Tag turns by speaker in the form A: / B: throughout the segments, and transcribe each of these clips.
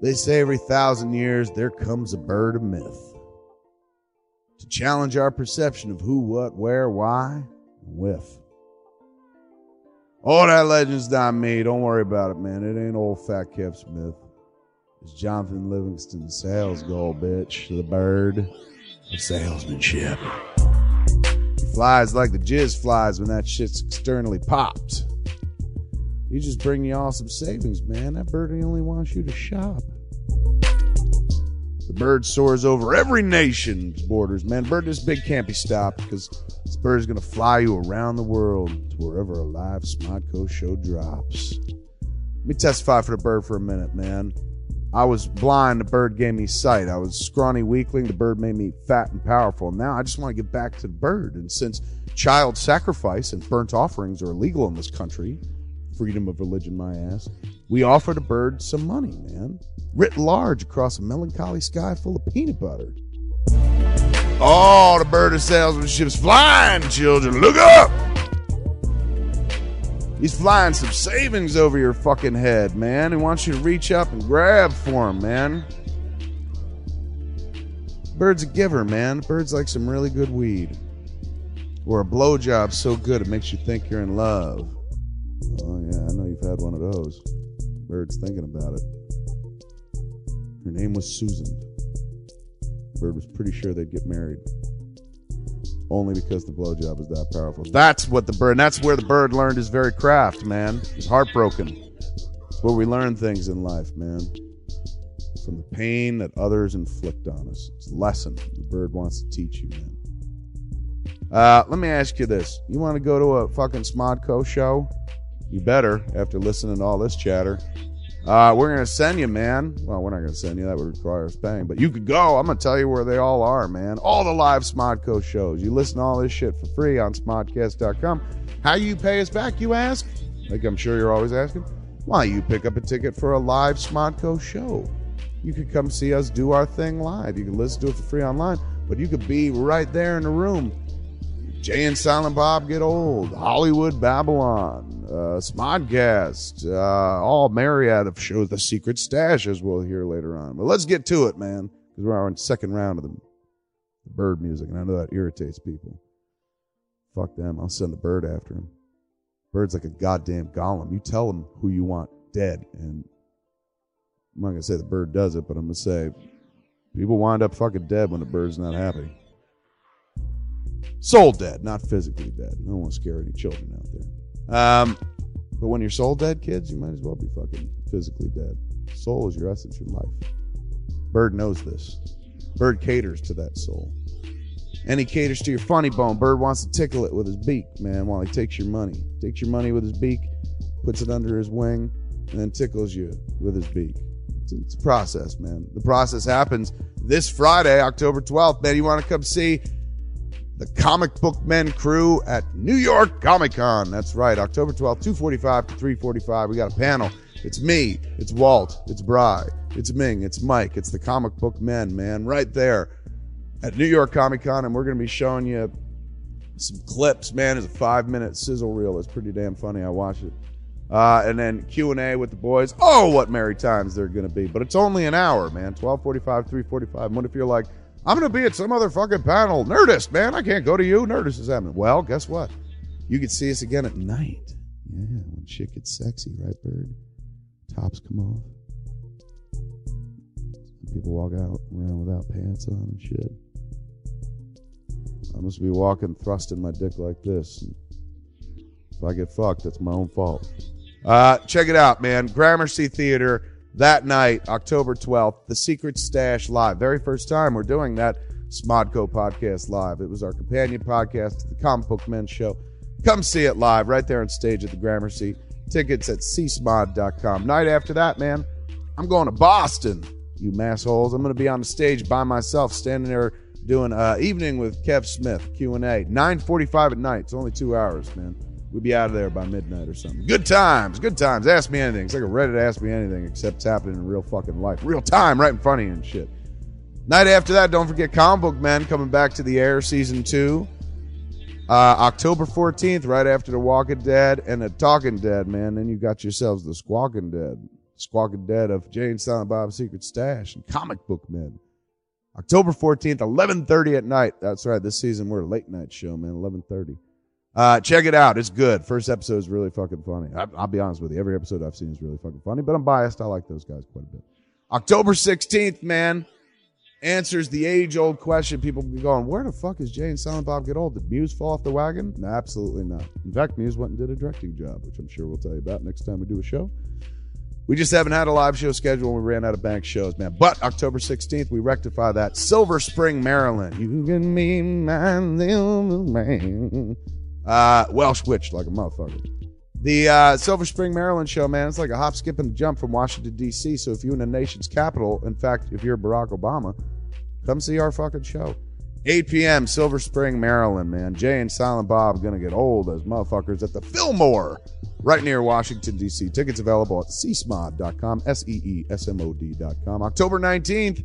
A: They say every thousand years there comes a bird of myth to challenge our perception of who, what, where, why, and whiff. Oh, that legend's not me. Don't worry about it, man. It ain't old Fat Cap Smith. It's Jonathan Livingston's sales goal, bitch. The bird of salesmanship. He flies like the jizz flies when that shit's externally popped. You just bring y'all some savings, man. That bird only wants you to shop. The bird soars over every nation's borders, man. Bird this big can't be stopped because this bird's gonna fly you around the world to wherever a live Smodco show drops. Let me testify for the bird for a minute, man. I was blind, the bird gave me sight. I was scrawny weakling, the bird made me fat and powerful. Now I just want to give back to the bird. And since child sacrifice and burnt offerings are illegal in this country, freedom of religion, my ass, we offer the bird some money, man. Writ large across a melancholy sky full of peanut butter. Oh, the bird of salesmanship's flying, children. Look up! He's flying some savings over your fucking head, man. He wants you to reach up and grab for him, man. Bird's a giver, man. Bird's like some really good weed. Or a blowjob so good it makes you think you're in love. Oh, yeah, I know you've had one of those. Bird's thinking about it. Her name was Susan. Bird was pretty sure they'd get married. Only because the blowjob is that powerful. That's what the bird, and that's where the bird learned his very craft, man. He's heartbroken. It's where we learn things in life, man. From the pain that others inflict on us. It's a lesson the bird wants to teach you, man. Uh, let me ask you this. You want to go to a fucking Smodco show? You better after listening to all this chatter. Uh, we're gonna send you, man. Well, we're not gonna send you. That would require us paying, but you could go. I'm gonna tell you where they all are, man. All the live Smodco shows. You listen to all this shit for free on Smodcast.com. How you pay us back? You ask. Like I'm sure you're always asking. Why you pick up a ticket for a live Smodco show? You could come see us do our thing live. You can listen to it for free online, but you could be right there in the room Jay and Silent Bob Get Old, Hollywood Babylon, uh, Smodcast, uh, all myriad of shows, The Secret Stash, as we'll hear later on. But let's get to it, man, because we're on second round of the, the bird music, and I know that irritates people. Fuck them. I'll send a bird after him. Bird's like a goddamn golem. You tell him who you want dead, and I'm not going to say the bird does it, but I'm going to say people wind up fucking dead when the bird's not happy soul dead, not physically dead. I don't want to scare any children out there. Um, but when you're soul dead, kids, you might as well be fucking physically dead. Soul is your essence, your life. Bird knows this. Bird caters to that soul. And he caters to your funny bone. Bird wants to tickle it with his beak, man, while he takes your money. Takes your money with his beak, puts it under his wing, and then tickles you with his beak. It's, it's a process, man. The process happens this Friday, October 12th. Man, you want to come see the Comic Book Men crew at New York Comic Con. That's right, October 12th, 245 to 345. We got a panel. It's me, it's Walt, it's Bry, it's Ming, it's Mike, it's the Comic Book Men, man, right there at New York Comic Con. And we're going to be showing you some clips, man. It's a five minute sizzle reel. It's pretty damn funny. I watched it. Uh, and then Q and A with the boys. Oh, what merry times they're going to be! But it's only an hour, man. Twelve forty-five, three forty-five. What if you're like, I'm going to be at some other fucking panel? Nerdist, man. I can't go to you. Nerdist is happening. Well, guess what? You can see us again at night. Yeah, when shit gets sexy, right, Bird? Tops come off. People walk out around without pants on and shit. I'm supposed to be walking, thrusting my dick like this. And if I get fucked, that's my own fault. Uh, check it out, man. Gramercy Theater that night, October 12th, The Secret Stash Live. Very first time we're doing that Smodco podcast live. It was our companion podcast to the Comic Book Men Show. Come see it live right there on stage at the Gramercy. Tickets at csmod.com. Night after that, man, I'm going to Boston, you massholes. I'm going to be on the stage by myself, standing there doing uh, evening with Kev Smith Q&A. 9:45 at night. It's only two hours, man. We'll be out of there by midnight or something. Good times, good times. Ask me anything. It's like a Reddit. Ask me anything, except it's happening in real fucking life, real time, right in front of you and shit. Night after that, don't forget Comic Book Man coming back to the air, season two. Uh, October 14th, right after The Walking Dead and The Talking Dead, man. Then you got yourselves The Squawking Dead. Squawking Dead of Jane Silent Bob's Secret Stash and Comic Book Men. October 14th, 11:30 at night. That's right. This season we're a late night show, man. 11:30. Uh, check it out. It's good. First episode is really fucking funny. I, I'll be honest with you. Every episode I've seen is really fucking funny, but I'm biased. I like those guys quite a bit. October 16th, man, answers the age old question. People be going, where the fuck is Jay and Silent Bob get old? Did Muse fall off the wagon? No, absolutely not. In fact, Muse went and did a directing job, which I'm sure we'll tell you about next time we do a show. We just haven't had a live show schedule and we ran out of bank shows, man. But October 16th, we rectify that. Silver Spring, Maryland. You can be my little man. Uh, Welsh witch like a motherfucker. The uh, Silver Spring, Maryland show, man, it's like a hop, skip, and a jump from Washington, D.C. So if you're in the nation's capital, in fact, if you're Barack Obama, come see our fucking show. 8 p.m., Silver Spring, Maryland, man. Jay and Silent Bob gonna get old as motherfuckers at the Fillmore, right near Washington, D.C. Tickets available at seesmod.com, S E E S M O D.com. October 19th,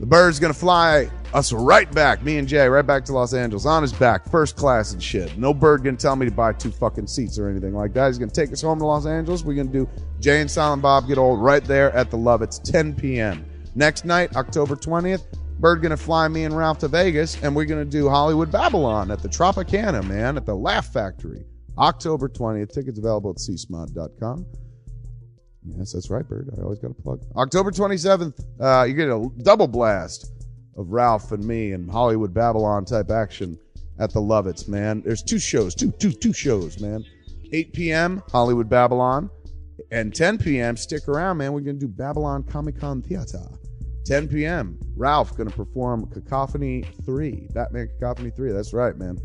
A: the bird's gonna fly us right back, me and Jay, right back to Los Angeles on his back, first class and shit. No bird gonna tell me to buy two fucking seats or anything like that. He's gonna take us home to Los Angeles. We're gonna do Jay and Silent Bob Get Old right there at the Love. It's 10 p.m. Next night, October 20th, Bird gonna fly me and Ralph to Vegas, and we're gonna do Hollywood Babylon at the Tropicana, man, at the Laugh Factory. October 20th. Tickets available at csmod.com. Yes, that's right, Bird. I always got to plug. October 27th, uh, you get a double blast of Ralph and me and Hollywood Babylon type action at the Lovitz, man. There's two shows, two, two, two shows, man. 8 p.m., Hollywood Babylon, and 10 p.m., stick around, man. We're going to do Babylon Comic Con Theater. 10 p.m., Ralph going to perform Cacophony 3, Batman Cacophony 3. That's right, man.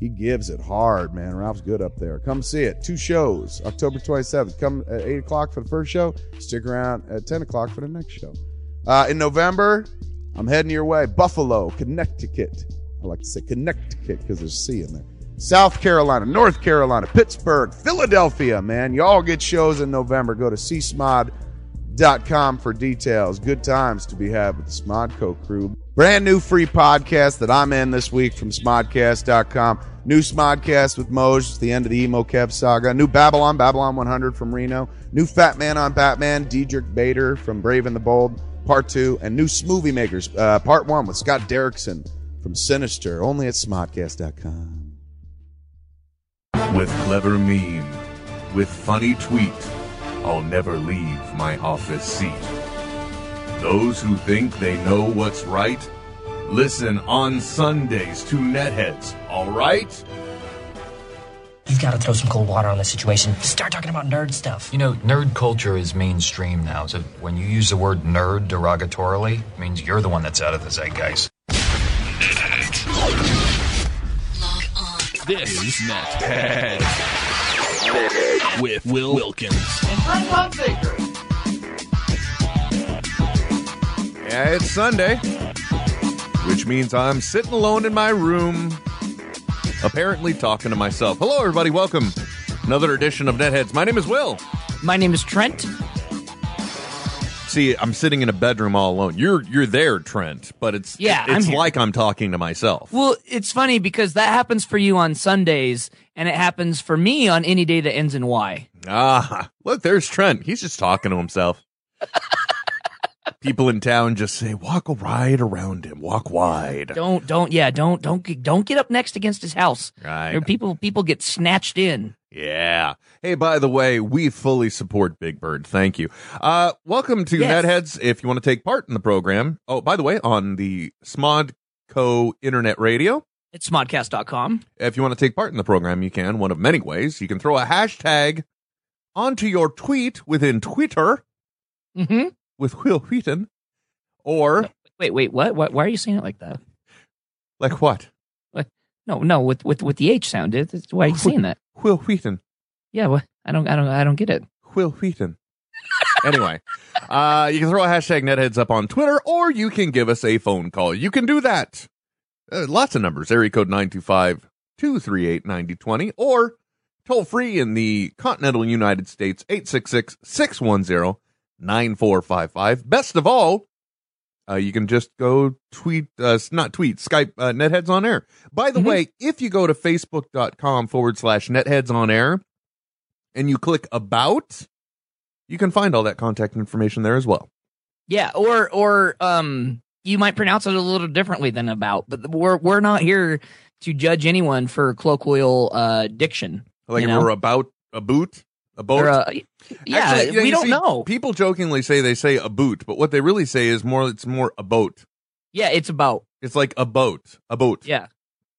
A: He gives it hard, man. Ralph's good up there. Come see it. Two shows, October 27th. Come at 8 o'clock for the first show. Stick around at 10 o'clock for the next show. Uh, in November, I'm heading your way. Buffalo, Connecticut. I like to say Connecticut because there's C in there. South Carolina, North Carolina, Pittsburgh, Philadelphia, man. Y'all get shows in November. Go to csmod.com for details. Good times to be had with the Smodco crew. Brand new free podcast that I'm in this week from smodcast.com. New Smodcast with Moj, it's the end of the emo cab saga. New Babylon, Babylon 100 from Reno. New Fat Man on Batman, Diedrich Bader from Brave and the Bold, part two. And new Smoothie Makers, uh, part one with Scott Derrickson from Sinister, only at smodcast.com.
B: With clever meme, with funny tweet, I'll never leave my office seat. Those who think they know what's right, listen on Sundays to Netheads, alright?
C: You've got to throw some cold water on this situation. Start talking about nerd stuff.
D: You know, nerd culture is mainstream now, so when you use the word nerd derogatorily, it means you're the one that's out of the zeitgeist.
E: Log on.
F: This is not bad. With Will Wilkins.
B: Yeah, it's Sunday, which means I'm sitting alone in my room, apparently talking to myself. Hello, everybody. Welcome. Another edition of Netheads. My name is Will.
G: My name is Trent.
B: See, I'm sitting in a bedroom all alone. You're you're there, Trent, but it's
G: Yeah, I'm
B: it's
G: here.
B: like I'm talking to myself.
G: Well, it's funny because that happens for you on Sundays, and it happens for me on any day that ends in Y.
B: Ah, look, there's Trent. He's just talking to himself. People in town just say, "Walk right around him. Walk wide."
G: Don't, don't, yeah, don't, don't, get- don't get up next against his house.
B: Right.
G: Or people, people get snatched in.
B: Yeah. Hey, by the way, we fully support Big Bird. Thank you. Uh, welcome to
G: Yes.
B: Netheads. If you want to take part in the program, oh, by the way, on the Smodco Internet Radio.
G: It's smodcast.com.
B: If you want to take part in the program, you can one of many ways. You can throw a hashtag onto your tweet within Twitter
G: Mm-hmm.
B: with Will Wheaton, or
G: Wait, wait, what? Why, why are you saying it like that?
B: like what
G: No, no, with, with, with the H sound. It, it's, why are you saying that?
B: Will Wheaton,
G: Yeah, well, I don't, I don't, I don't get it.
B: Will Wheaton. anyway, uh, you can throw a hashtag netheads up on Twitter, or you can give us a phone call. You can do that. Uh, lots of numbers. Area code 925 238 9020, or toll free in the continental United States 866 610 9455. Best of all, uh, you can just go tweet, uh, s- not tweet, Skype uh, Netheads on Air. By the
G: Mhm.
B: way, if you go to facebook.com forward slash Netheads on Air and you click about, You can find all that contact information there as well.
G: Yeah, or or um, you might pronounce it a little differently than about, but we're we're not here to judge anyone for colloquial uh, diction.
B: Like
G: You
B: if
G: know?
B: we're about a boot, a boat.
G: Or, uh, yeah,
B: Actually, you
G: we
B: you
G: don't
B: see,
G: know.
B: People jokingly say they say a boot, but what they really say is more. It's more a boat.
G: Yeah, it's about
B: It's like a boat, a boat.
G: yeah,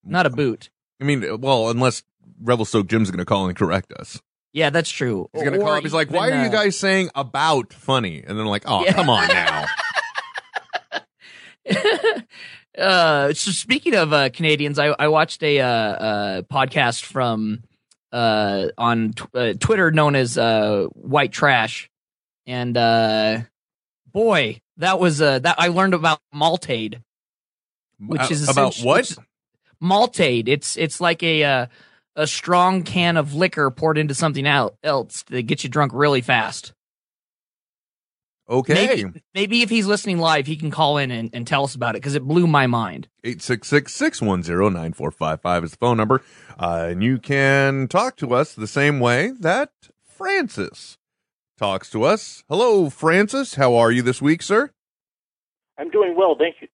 G: not a boot.
B: I mean, well, unless Revelstoke Jim's going to call and correct us.
G: Yeah, that's true.
B: He's going to
G: Or
B: call up. He's like, "Why
G: even,
B: are you
G: uh,
B: guys saying about funny?" And they're like, "Oh,
G: Yeah.
B: come on now."
G: uh, so speaking of uh, Canadians, I, I watched a uh, uh, podcast from uh, on tw- uh, Twitter known as uh, White Trash, and uh, boy, that was uh, that I learned about Maltade, which
B: Uh,
G: is
B: about
G: essentia-
B: what?
G: Maltade. It's it's like a uh, a strong can of liquor poured into something el- else that gets you drunk really fast.
B: Okay,
G: Maybe, maybe if he's listening live, he can call in and, and tell us about it because it blew my mind.
B: eight six six six one zero nine four five five is the phone number, uh, and you can talk to us the same way that Francis talks to us. Hello, Francis. How are you this week, sir?
H: I'm doing well, thank you.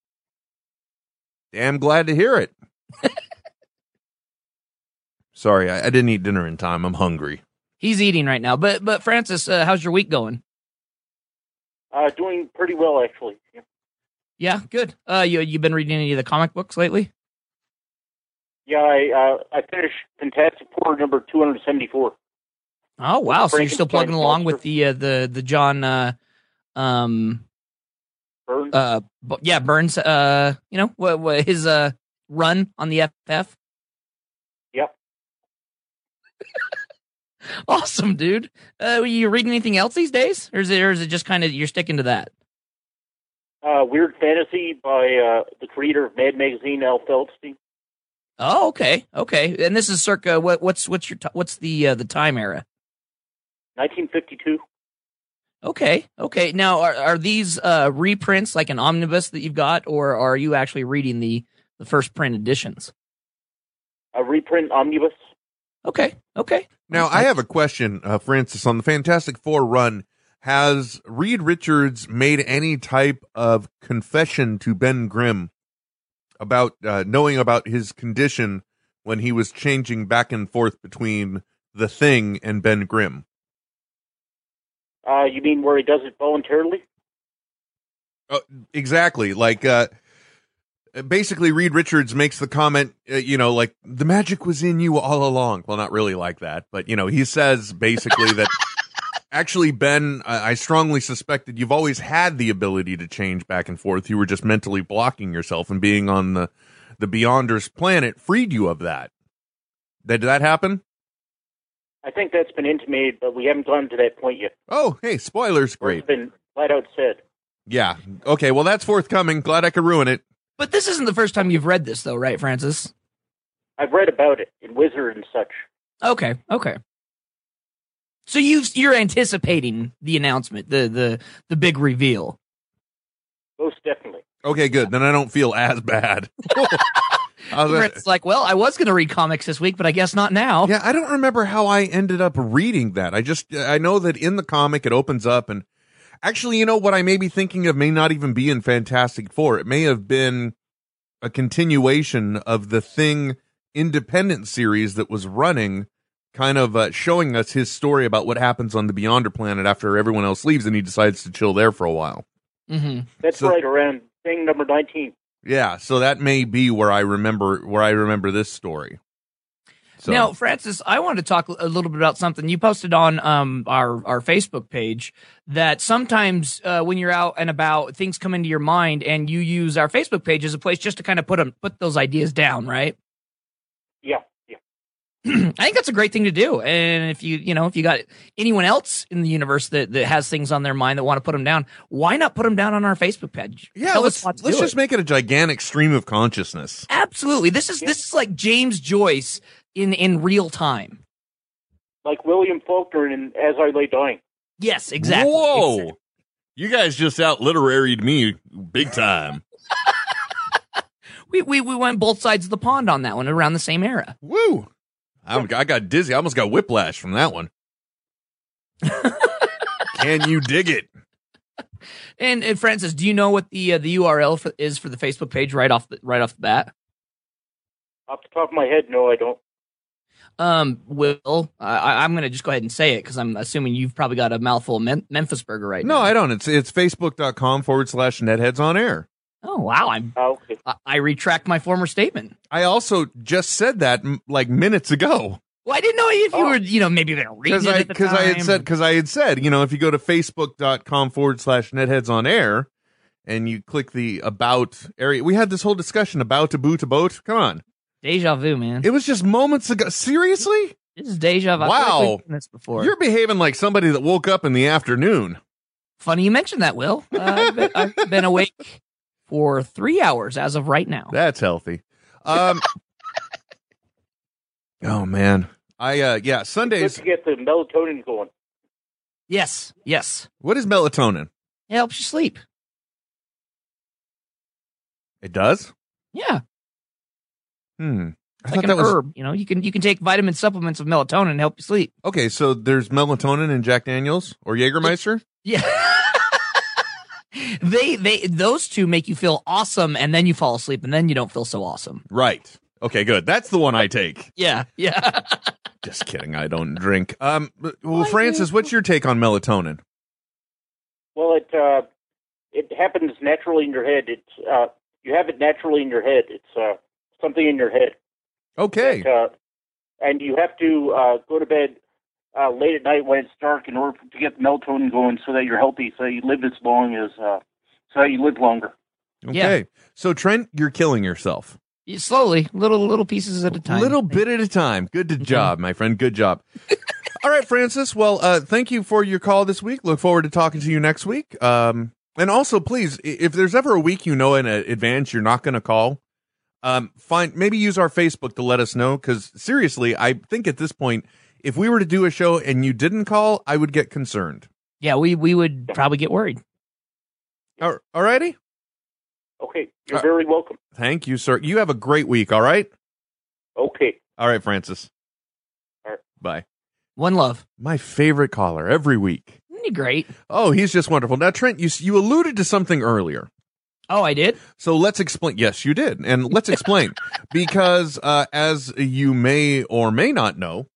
B: Damn glad to hear it. Sorry, I, I didn't eat dinner in time. I'm hungry.
G: He's eating right now. But but Francis, uh, how's your week going?
H: Uh, doing pretty well, actually.
G: Yeah, good. Uh, you you been reading any of the comic books lately?
H: Yeah, I uh, I finished Fantastic Four number 274.
G: Oh wow, so you're still
H: Frankenstein
G: plugging along
H: monster.
G: with the uh, the the John, uh, um,
H: Burns.
G: uh, bu- yeah Burns, uh, you know what, what his uh run on the FF.
H: Yep.
G: awesome, dude. Uh, were you reading anything else these days, or is it or is it just kind of you're sticking to that?
H: Uh, Weird Fantasy by uh, the creator of Mad Magazine, Al Feldstein.
G: Oh, okay, okay. And this is circa what what's what's your t- what's the uh, the time era?
H: 1952.
G: Okay. Okay. Now, are are these uh, reprints like an omnibus that you've got, or are you actually reading the the first print editions?
H: A reprint omnibus.
G: Okay. Okay.
B: Now, I have a question, uh, Francis, on the Fantastic Four run. Has Reed Richards made any type of confession to Ben Grimm about uh, knowing about his condition when he was changing back and forth between the thing and Ben Grimm?
H: Uh, you mean where he does it voluntarily?
B: Exactly. Like, uh, basically, Reed Richards makes the comment, uh, you know, like, the magic was in you all along. Well, not really like that, but, you know, he says basically that actually, Ben, I I strongly suspected you've always had the ability to change back and forth. You were just mentally blocking yourself, and being on the, the Beyonders planet freed you of that. Did that happen?
H: I think that's been intimated, but we haven't gone to that point yet.
B: Oh, hey, spoilers.
H: Or It's
B: Great.
H: been flat out said.
B: Yeah. Okay. Well, that's forthcoming. Glad I could ruin it.
G: But this isn't the first time you've read this, though, right, Francis?
H: I've read about it in Wizard and such.
G: Okay. Okay. So you you're anticipating the announcement, the the the big reveal.
H: Most definitely.
B: Okay, good. Then I don't feel as bad. I was
G: Where
B: like-
G: it's like, well, I was going to read comics this week, but I guess not now.
B: yeah, I don't remember how I ended up reading that. I just I know that in the comic it opens up and actually, you know what I may be thinking of may not even be in Fantastic 4. It may have been a continuation of the thing independent series that was running kind of uh, showing us his story about what happens on the Beyonder planet after everyone else leaves and he decides to chill there for a while.
G: hmm
H: That's
B: So-
H: right around thing number 19.
B: Yeah, so that may be where I remember where I remember this story. So-
G: Now, Francis, I wanted to talk a little bit about something you posted on um, our our Facebook page. That sometimes uh, when you're out and about, things come into your mind, and you use our Facebook page as a place just to kind of put 'em- put those ideas down, right?
H: Yeah, yeah.
G: I think that's a great thing to do. And if you you know if you got anyone else in the universe that that has things on their mind that want to put them down, why not put them down on our Facebook page?
B: Yeah,
G: Tell us
B: let's
G: what to
B: let's
G: do
B: just
G: it.
B: make it a gigantic stream of consciousness.
G: absolutely. This is this is like James Joyce in in real time.
H: Like William Faulkner in As I Lay Dying.
G: Yes, exactly.
B: Whoa.
G: Exactly.
B: You guys just out literaried me big time.
G: we, we we went both sides of the pond on that one around the same era.
B: Woo! I, I got dizzy. I almost got whiplash from that one. Can you dig it?
G: And, and Francis, do you know what the uh, the URL for, is for the Facebook page right off the, right off the bat?
H: Off the top of my head, no, I don't.
G: Um, Will, I- I, I'm going to just go ahead and say it because I'm assuming you've probably got a mouthful of Mem- Memphis burger right
B: No,
G: now.
B: I don't. It's it's facebook.com forward slash netheads on air.
G: Oh wow, I'm
H: Oh, okay.
G: I, I retract my former statement.
B: I also just said that m- like minutes ago
G: Well, I didn't know if you
H: Oh.
G: were you know maybe been
B: because
G: reading it
B: I
G: at the
B: because I had
G: time.
B: said because I had said you know if you go to facebook.com forward slash netheads on air and you click the about area we had this whole discussion about to boot to boat come on
G: deja vu, man.
B: it was just moments ago seriously
G: this is deja vu. I feel
B: Wow.
G: like we've done this before.
B: you're behaving like somebody that woke up in the afternoon
G: Funny you mentioned that, Will. Uh, I've, been, I've been awake for three hours as of right now.
B: That's healthy. Um, oh man, I uh, yeah
H: Good
B: Sundays.
H: to get the melatonin going.
G: yes, yes,
B: What is melatonin?
G: it helps you sleep.
B: It does.
G: Yeah,
B: Hmm. I
G: like
B: thought
G: an
B: that was
G: herb. You know, you can you can take vitamin supplements of melatonin to help you sleep.
B: okay. So there's melatonin in Jack Daniels or Jägermeister.
G: Yeah. they they those two make you feel awesome and then you fall asleep and then you don't feel so awesome.
B: Right. Okay. Good. That's the one I take.
G: Yeah. Yeah.
B: Just kidding. I don't drink. Um. but- Well,
G: I do.
B: Francis, what's your take on melatonin?
H: Well, it uh, it happens naturally in your head. It's uh, you have it naturally in your head. It's uh, something in your head.
B: Okay.
H: Uh, and you have to uh, go to bed uh, late at night when it's dark in order to get the melatonin going, so that you're healthy, so you live as long as, uh, so that you live longer.
B: Okay. So Trent, you're killing yourself.
G: You- Slowly, little little pieces at a time.
B: Little bit at a time. Good to job, my friend. Good job. All right, Francis. Well, uh, thank you for your call this week. Look forward to talking to you next week. Um, and also, please, i- if there's ever a week you know in a- advance you're not going to call, um, find maybe use our Facebook to let us know. Because seriously, I think at this point, if we were to do a show and you didn't call, I would get concerned.
G: Yeah, we we would probably get worried.
B: All righty.
H: Okay, you're
B: Uh,
H: very welcome.
B: Thank you, sir. You have a great week. All right.
H: Okay.
B: All right, Francis.
H: All right.
B: Bye.
G: One love.
B: My favorite caller every week.
G: Isn't he great?
B: Oh, he's just wonderful. Now, Trent, you you alluded to something earlier,
G: Oh, I did.
B: so let's explain. Yes, you did, and let's explain because uh, as you may or may not know,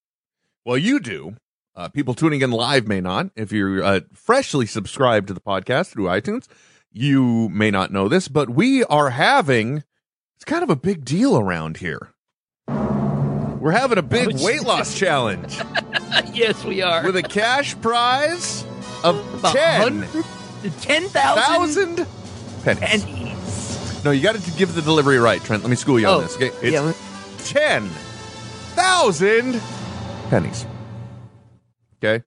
B: well, you do. Uh, people tuning in live may not. If you're uh, freshly subscribed to the podcast through iTunes, you may not know this, but we are having it's kind of a big deal around here. We're having a big
G: Ouch.
B: weight loss challenge
G: Uh, yes, we are.
B: with a cash prize of
G: About
B: ten
G: 100 to ten thousand
B: thousand pennies.
G: pennies.
B: No, you got to give the delivery right, Trent. Let me school you on this. Okay, it's
G: Oh, yeah.
B: ten thousand pennies. Okay,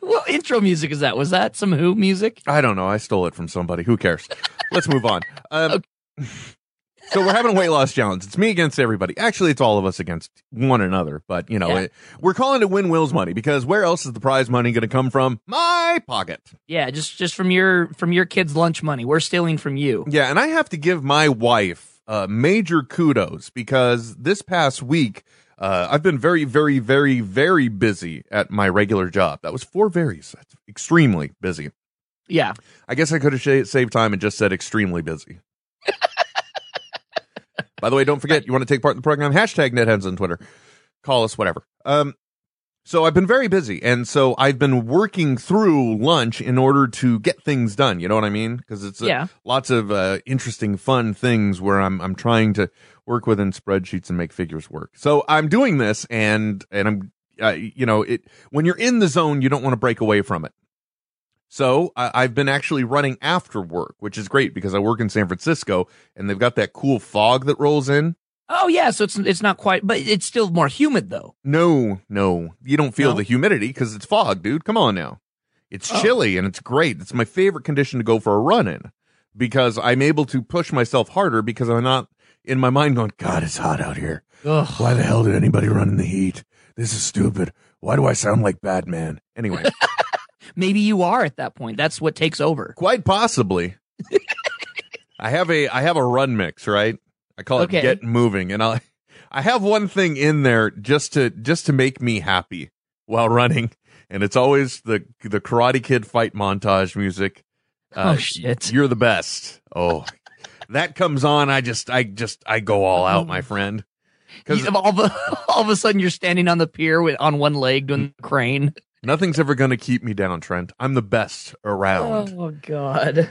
G: What intro music is that? Was that some Who music?
B: I don't know. I stole it from somebody. Who cares? Let's move on. Um, so we're having a weight loss challenge. It's me against everybody. Actually, it's all of us against one another. But you know,
G: Yeah.
B: it, we're calling it win Will's money because where else is the prize money going to come from? My pocket.
G: Yeah, just just from your from your kids' lunch money. We're stealing from you.
B: Yeah, and I have to give my wife uh, major kudos because this past week uh, I've been very, very, very, very busy at my regular job. That was four varies. That's extremely busy.
G: Yeah.
B: I guess I could have sh- saved time and just said extremely busy. By the way, don't forget you want to take part in the program. Hashtag NetHeads on Twitter. Call us, whatever. Um, so I've been very busy, and so I've been working through lunch in order to get things done. You know what I mean? Because it's a,
G: Yeah.
B: lots of uh, interesting, fun things where I'm I'm trying to work within spreadsheets and make figures work. So I'm doing this, and and I'm uh, you know it when you're in the zone, you don't want to break away from it. So I, I've been actually running after work, which is great because I work in San Francisco, and they've got that cool fog that rolls in.
G: Oh yeah, so it's it's not quite, but it's still more humid though.
B: No, no, you don't feel
G: No?
B: the humidity because it's fog, dude. Come on now. It's
G: Oh.
B: chilly and it's great. It's my favorite condition to go for a run in because I'm able to push myself harder because I'm not in my mind going, God, it's hot out here.
G: Ugh.
B: Why the hell did anybody run in the heat? This is stupid. Why do I sound like Batman? Anyway,
G: Maybe you are at that point. That's what takes over.
B: quite possibly. I have a I have a run mix, right? I call it
G: Okay.
B: get moving and I I have one thing in there just to just to make me happy while running and it's always the the Karate Kid fight montage music. Uh,
G: Oh, shit.
B: You're the best. Oh, that comes on. I just, I just, I go all out, my friend. Because
G: Mm-hmm. You- all of a all of a sudden you're standing on the pier with on one leg doing the crane.
B: nothing's ever going to keep me down, Trent. I'm the best
G: Oh,
B: around.
G: god.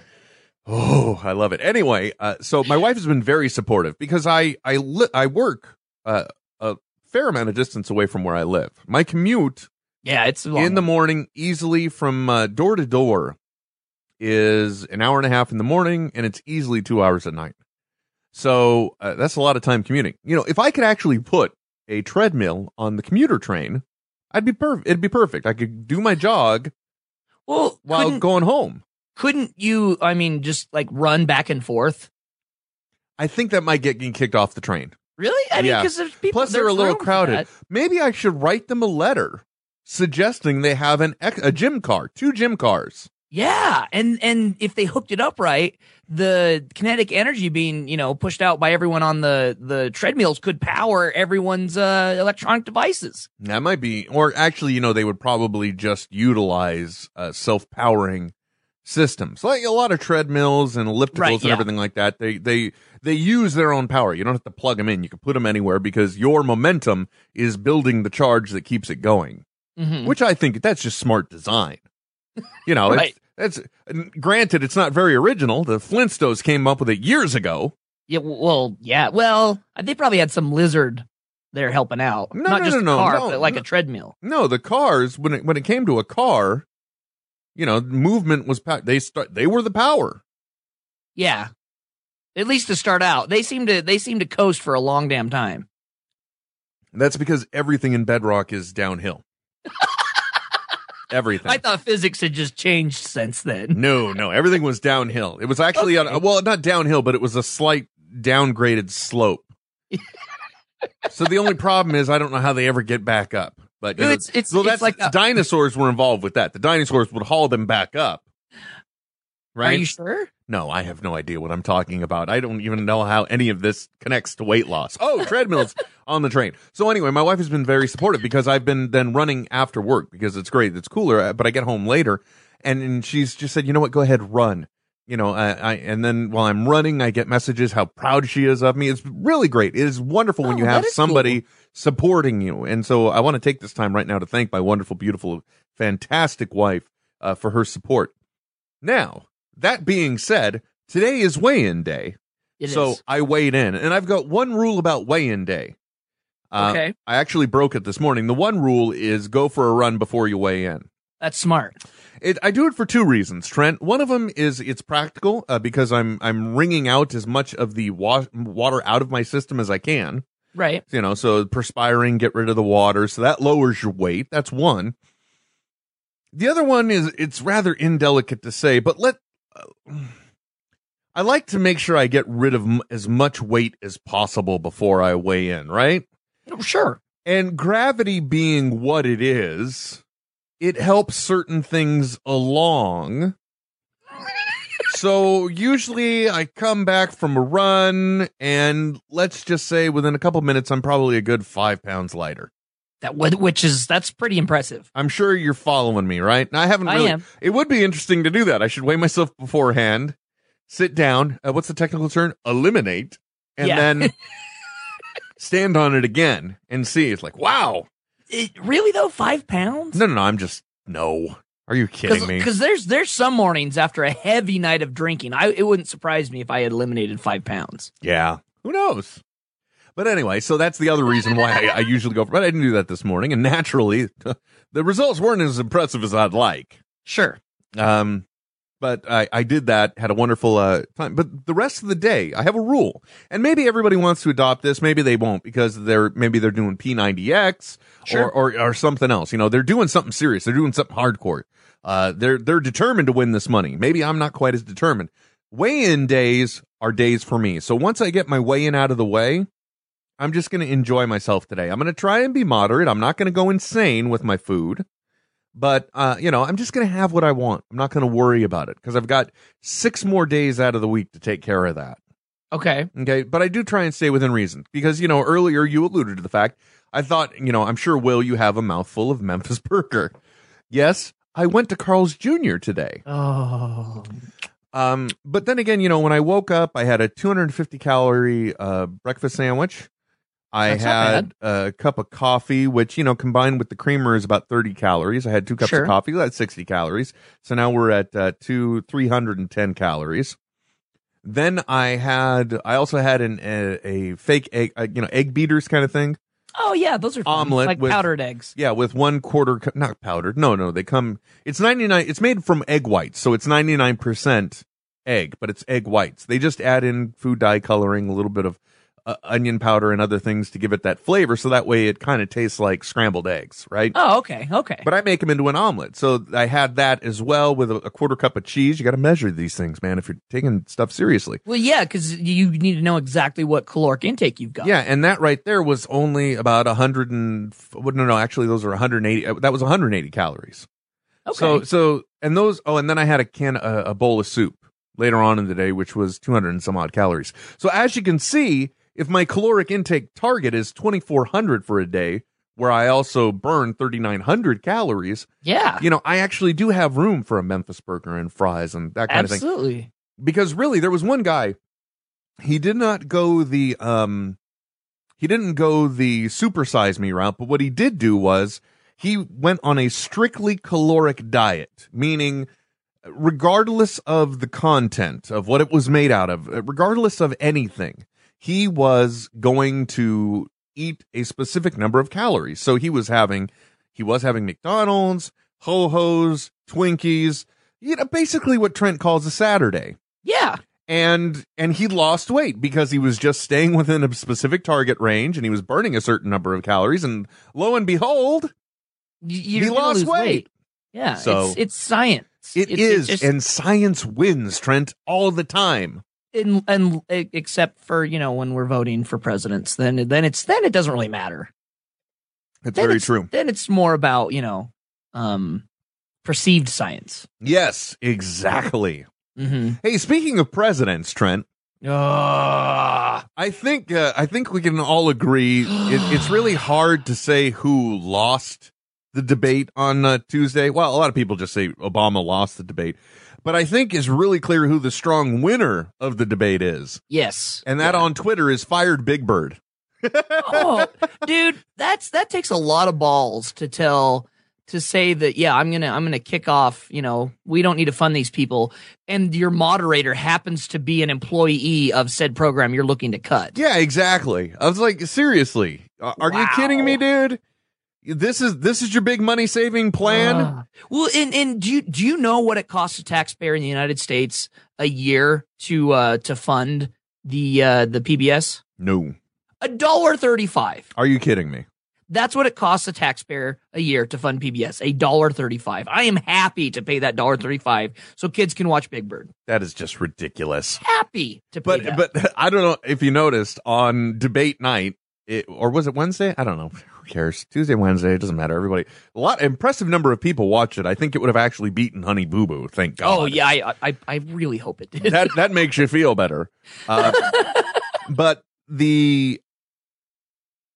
B: Oh, I love it. Anyway, uh, so my wife has been very supportive because I I li- I work uh, a fair amount of distance away from where I live. My commute
G: Yeah, it's a long
B: in the morning, easily from uh, door to door, is an hour and a half in the morning, and it's easily two hours at night. So uh, that's a lot of time commuting. You know, if I could actually put a treadmill on the commuter train, I'd be perfect. It'd be perfect. I could do my jog
G: Well,
B: while
G: couldn't,
B: going home.
G: couldn't you? I mean, just like run back and forth.
B: I think that might get me kicked off the train.
G: Really? I mean,
B: Yeah.
G: because there's people.
B: Plus, they're
G: there's
B: a little
G: room for
B: crowded.
G: that.
B: Maybe I should write them a letter suggesting they have an ex- a gym car, two gym cars.
G: Yeah, and and if they hooked it up right, the kinetic energy being you know pushed out by everyone on the the treadmills could power everyone's uh, electronic devices.
B: That might be, or actually, you know, they would probably just utilize uh, self powering systems, like a lot of treadmills and ellipticals
G: Right,
B: and
G: yeah.
B: everything like that. They they they use their own power. You don't have to plug them in. You can put them anywhere because your momentum is building the charge that keeps it going.
G: Mhm.
B: which I think that's just smart design. You know,
G: Right.
B: it's, that's and granted, it's not very original. The Flintstones came up with it years ago.
G: Yeah, well, yeah, well, they probably had some lizard there helping out,
B: No,
G: not
B: no,
G: just
B: no,
G: a
B: no,
G: car,
B: no,
G: but like
B: no.
G: a treadmill.
B: No, the cars when it when it came to a car, you know, movement was pow- they start they were the power.
G: Yeah, at least to start out, they seem to they seem to coast for a long damn time.
B: That's because everything in Bedrock is downhill. everything.
G: I thought physics had just changed since then.
B: no, no, everything was downhill. It was actually on well, not downhill, but it was a slight downgraded slope. so the only problem is I don't know how they ever get back up. But you know,
G: It's it's,
B: So
G: it's
B: that's
G: like uh,
B: like
G: a,
B: dinosaurs were involved with that. The dinosaurs would haul them back up.
G: are
B: Right?
G: you sure?
B: no, I have no idea what I'm talking about. I don't even know how any of this connects to weight loss. Oh, treadmills on the train. So anyway, my wife has been very supportive because I've been then running after work because it's great. It's cooler, uh, but I get home later and, and she's just said, you know what? Go ahead, run. You know, I, I, and then while I'm running, I get messages how proud she is of me. It's really great. It is wonderful when
G: Oh,
B: you
G: that
B: have
G: is cool.
B: somebody supporting you. And so I want to take this time right now to thank my wonderful, beautiful, fantastic wife uh, for her support. Now, that being said, today is weigh in day.
G: It is
B: so I weighed in, and I've got one rule about weigh in day. Uh,
G: okay.
B: I actually broke it this morning. The one rule is go for a run before you weigh in.
G: That's smart.
B: It, I do it for two reasons, Trent. One of them is it's practical uh, because I'm I'm wringing out as much of the wa- water out of my system as I can.
G: Right.
B: You know, so perspiring, get rid of the water, so that lowers your weight. That's one. The other one is it's rather indelicate to say, but let uh, I like to make sure I get rid of m- as much weight as possible before I weigh in, right?
G: Oh, Sure.
B: And gravity being what it is, it helps certain things along. so usually I come back from a run, and let's just say within a couple minutes, I'm probably a good five pounds lighter.
G: That wh- which is that's pretty impressive.
B: I'm sure you're following me, right? And I haven't
G: I
B: really.
G: am.
B: It would be interesting to do that. I should weigh myself beforehand, sit down. Uh, what's the technical term? Eliminate, and
G: Yeah.
B: then stand on it again and see. It's like, wow,
G: It, really though, five pounds.
B: No, no, no. I'm just no. Are you kidding me?
G: Because there's there's some mornings after a heavy night of drinking, I it wouldn't surprise me if I had eliminated five pounds.
B: Yeah. Who knows? But anyway, so that's the other reason why I, I usually go for. But I didn't do that this morning, and naturally, the results weren't as impressive as I'd like.
G: Sure.
B: Um, but I, I did that, had a wonderful uh, time. But the rest of the day, I have a rule, and maybe everybody wants to adopt this, maybe they won't because they're maybe they're doing P90X
G: Sure.
B: or, or or something else. You know, they're doing something serious, they're doing something hardcore. Uh, they're they're determined to win this money. Maybe I'm not quite as determined. Weigh-in days are days for me. So once I get my weigh-in out of the way, I'm just going to enjoy myself today. I'm going to try and be moderate. I'm not going to go insane with my food but uh, you know, I'm just gonna have what I want. I'm not gonna worry about it because I've got six more days out of the week to take care of that.
G: Okay.
B: Okay, but I do try and stay within reason because you know earlier you alluded to the fact I thought you know I'm sure Will you have a mouthful of Memphis Burger, Yes, I went to Carl's Jr. today.
G: Oh,
B: Um, but then again, you know, when I woke up, I had a 250 calorie uh, breakfast sandwich. I
G: That's not
B: had a cup of coffee, which you know, combined with the creamer, is about 30 calories. I had two cups
G: Sure.
B: of coffee, that's 60 calories. So now we're at uh, two 310 calories. Then I had, I also had an a, a fake egg, uh, you know, egg beaters kind of thing.
G: oh yeah, those are fun.
B: Omelet
G: like
B: with-
G: powdered eggs.
B: Yeah, with one quarter, cu- not powdered. No, no, they come. It's ninety nine. It's made from egg whites, so it's ninety nine percent egg, but it's egg whites. They just add in food dye coloring, a little bit of uh, onion powder and other things to give it that flavor. So that way, it kind of tastes like scrambled eggs, right?
G: Oh, okay, okay.
B: But I make them into an omelet. So I had that as well with a, a quarter cup of cheese. You got to measure these things, man, if you're taking stuff seriously.
G: well, yeah, because you need to know exactly what caloric intake you've got.
B: Yeah, and that right there was only about 100 and f- well, no no actually those are 180 uh, that was 180 calories.
G: Okay.
B: So so and those oh and then I had a can a, a bowl of soup later on in the day which was 200 and some odd calories. So as you can see, if my caloric intake target is 2400 for a day where I also burn 3900 calories,
G: yeah,
B: you know, I actually do have room for a Memphis burger and fries and that kind of thing
G: absolutely.
B: because really there was one guy he did not go the um he didn't go the supersize me route but what he did do was he went on a strictly caloric diet meaning regardless of the content of what it was made out of uh, regardless of anything he was going to eat a specific number of calories so he was having he was having mcdonald's ho-hos twinkies you know basically what trent calls a saturday
G: Yeah,
B: and and he lost weight because he was just staying within a specific target range and he was burning a certain number of calories and lo and behold
G: Y- you're
B: He
G: gonna
B: lost
G: lose
B: weight.
G: Yeah,
B: So-
G: it's, it's science.
B: it
G: It's-
B: is
G: just-
B: and science wins trent all the time
G: in, and e, except for you know when we're voting for presidents, then then it's then it doesn't really matter.
B: it's
G: Then
B: very
G: it's-
B: true
G: Then it's more about you know, um, perceived science.
B: yes exactly
G: Mm-hmm.
B: hey speaking of presidents trent I think uh, I think we can all agree it, it's really hard to say who lost the debate on uh, Tuesday. Well, a lot of people just say Obama lost the debate, but I think it's really clear who the strong winner of the debate is,
G: yes,
B: and that on Twitter is fired Big Bird.
G: oh, dude, that's that takes a lot of balls to tell to say that yeah, I'm gonna I'm gonna kick off. You know, we don't need to fund these people, and your moderator happens to be an employee of said program you're looking to cut.
B: Yeah, exactly. I was like, seriously, are are you
G: Wow.
B: kidding me, dude? This is this is your big money saving plan.
G: Ah. well, and and do you, do you know what it costs a taxpayer in the United States a year to uh to fund the uh the PBS?
B: no,
G: A dollar thirty five.
B: are you kidding me?
G: That's what it costs a taxpayer a year to fund PBS. A dollar thirty five. I am happy to pay that dollar thirty five so kids can watch Big Bird.
B: That is just ridiculous.
G: Happy to pay
B: but
G: that.
B: but I don't know if you noticed on debate night, it, or was it Wednesday? I don't know. Who cares? Tuesday, Wednesday, it doesn't matter. Everybody, a lot impressive number of people watch it. I think it would have actually beaten Honey Boo Boo. Thank God.
G: oh yeah, I, I I really hope it did.
B: that that makes you feel better. Uh, but the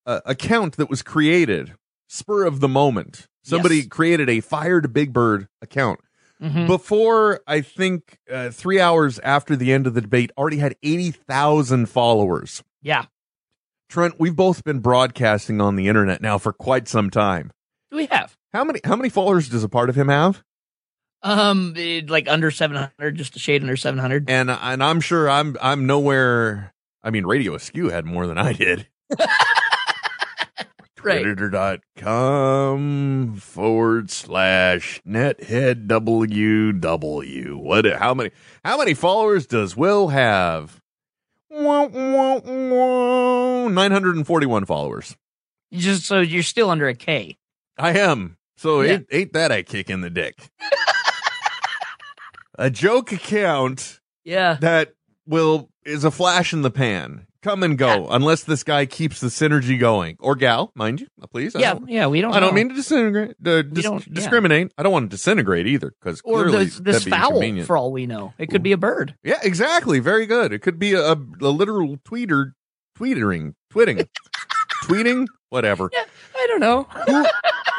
B: uh, account that was created, spur of the moment, somebody
G: Yes.
B: created a fired Big Bird account
G: Mhm.
B: before I think uh, three hours after the end of the debate, already had eighty thousand followers.
G: Yeah.
B: Trent, we've both been broadcasting on the internet now for quite some time.
G: We have
B: How many how many followers does a part of him have?
G: um it- like under seven hundred, just a shade under seven hundred.
B: And and I'm sure I'm I'm nowhere. I mean, Radio Askew had more than I did.
G: Right.
B: Predator.com forward slash nethead WW. What how many how many followers does Will have? Wah, wah, wah. 941 followers.
G: Just so you're still under a K.
B: I am. So
G: Yeah.
B: ain't, ain't that a kick in the dick. a joke account
G: Yeah.
B: that will is a flash in the pan. Come and go, unless this guy keeps the synergy going. Or gal, mind you, please. I
G: yeah.
B: don't-
G: Yeah. We don't.
B: I don't
G: know.
B: mean to disintegrate, uh, dis-
G: don't- yeah.
B: discriminate. I don't want to disintegrate either because
G: or
B: clearly
G: this, this
B: that'd be
G: fowl
B: inconvenient.
G: for all we know. It could be a bird.
B: yeah, exactly. Very good. It could be a, a, a literal tweeter, tweetering, twitting, tweeting, whatever.
G: I don't know.
B: Who,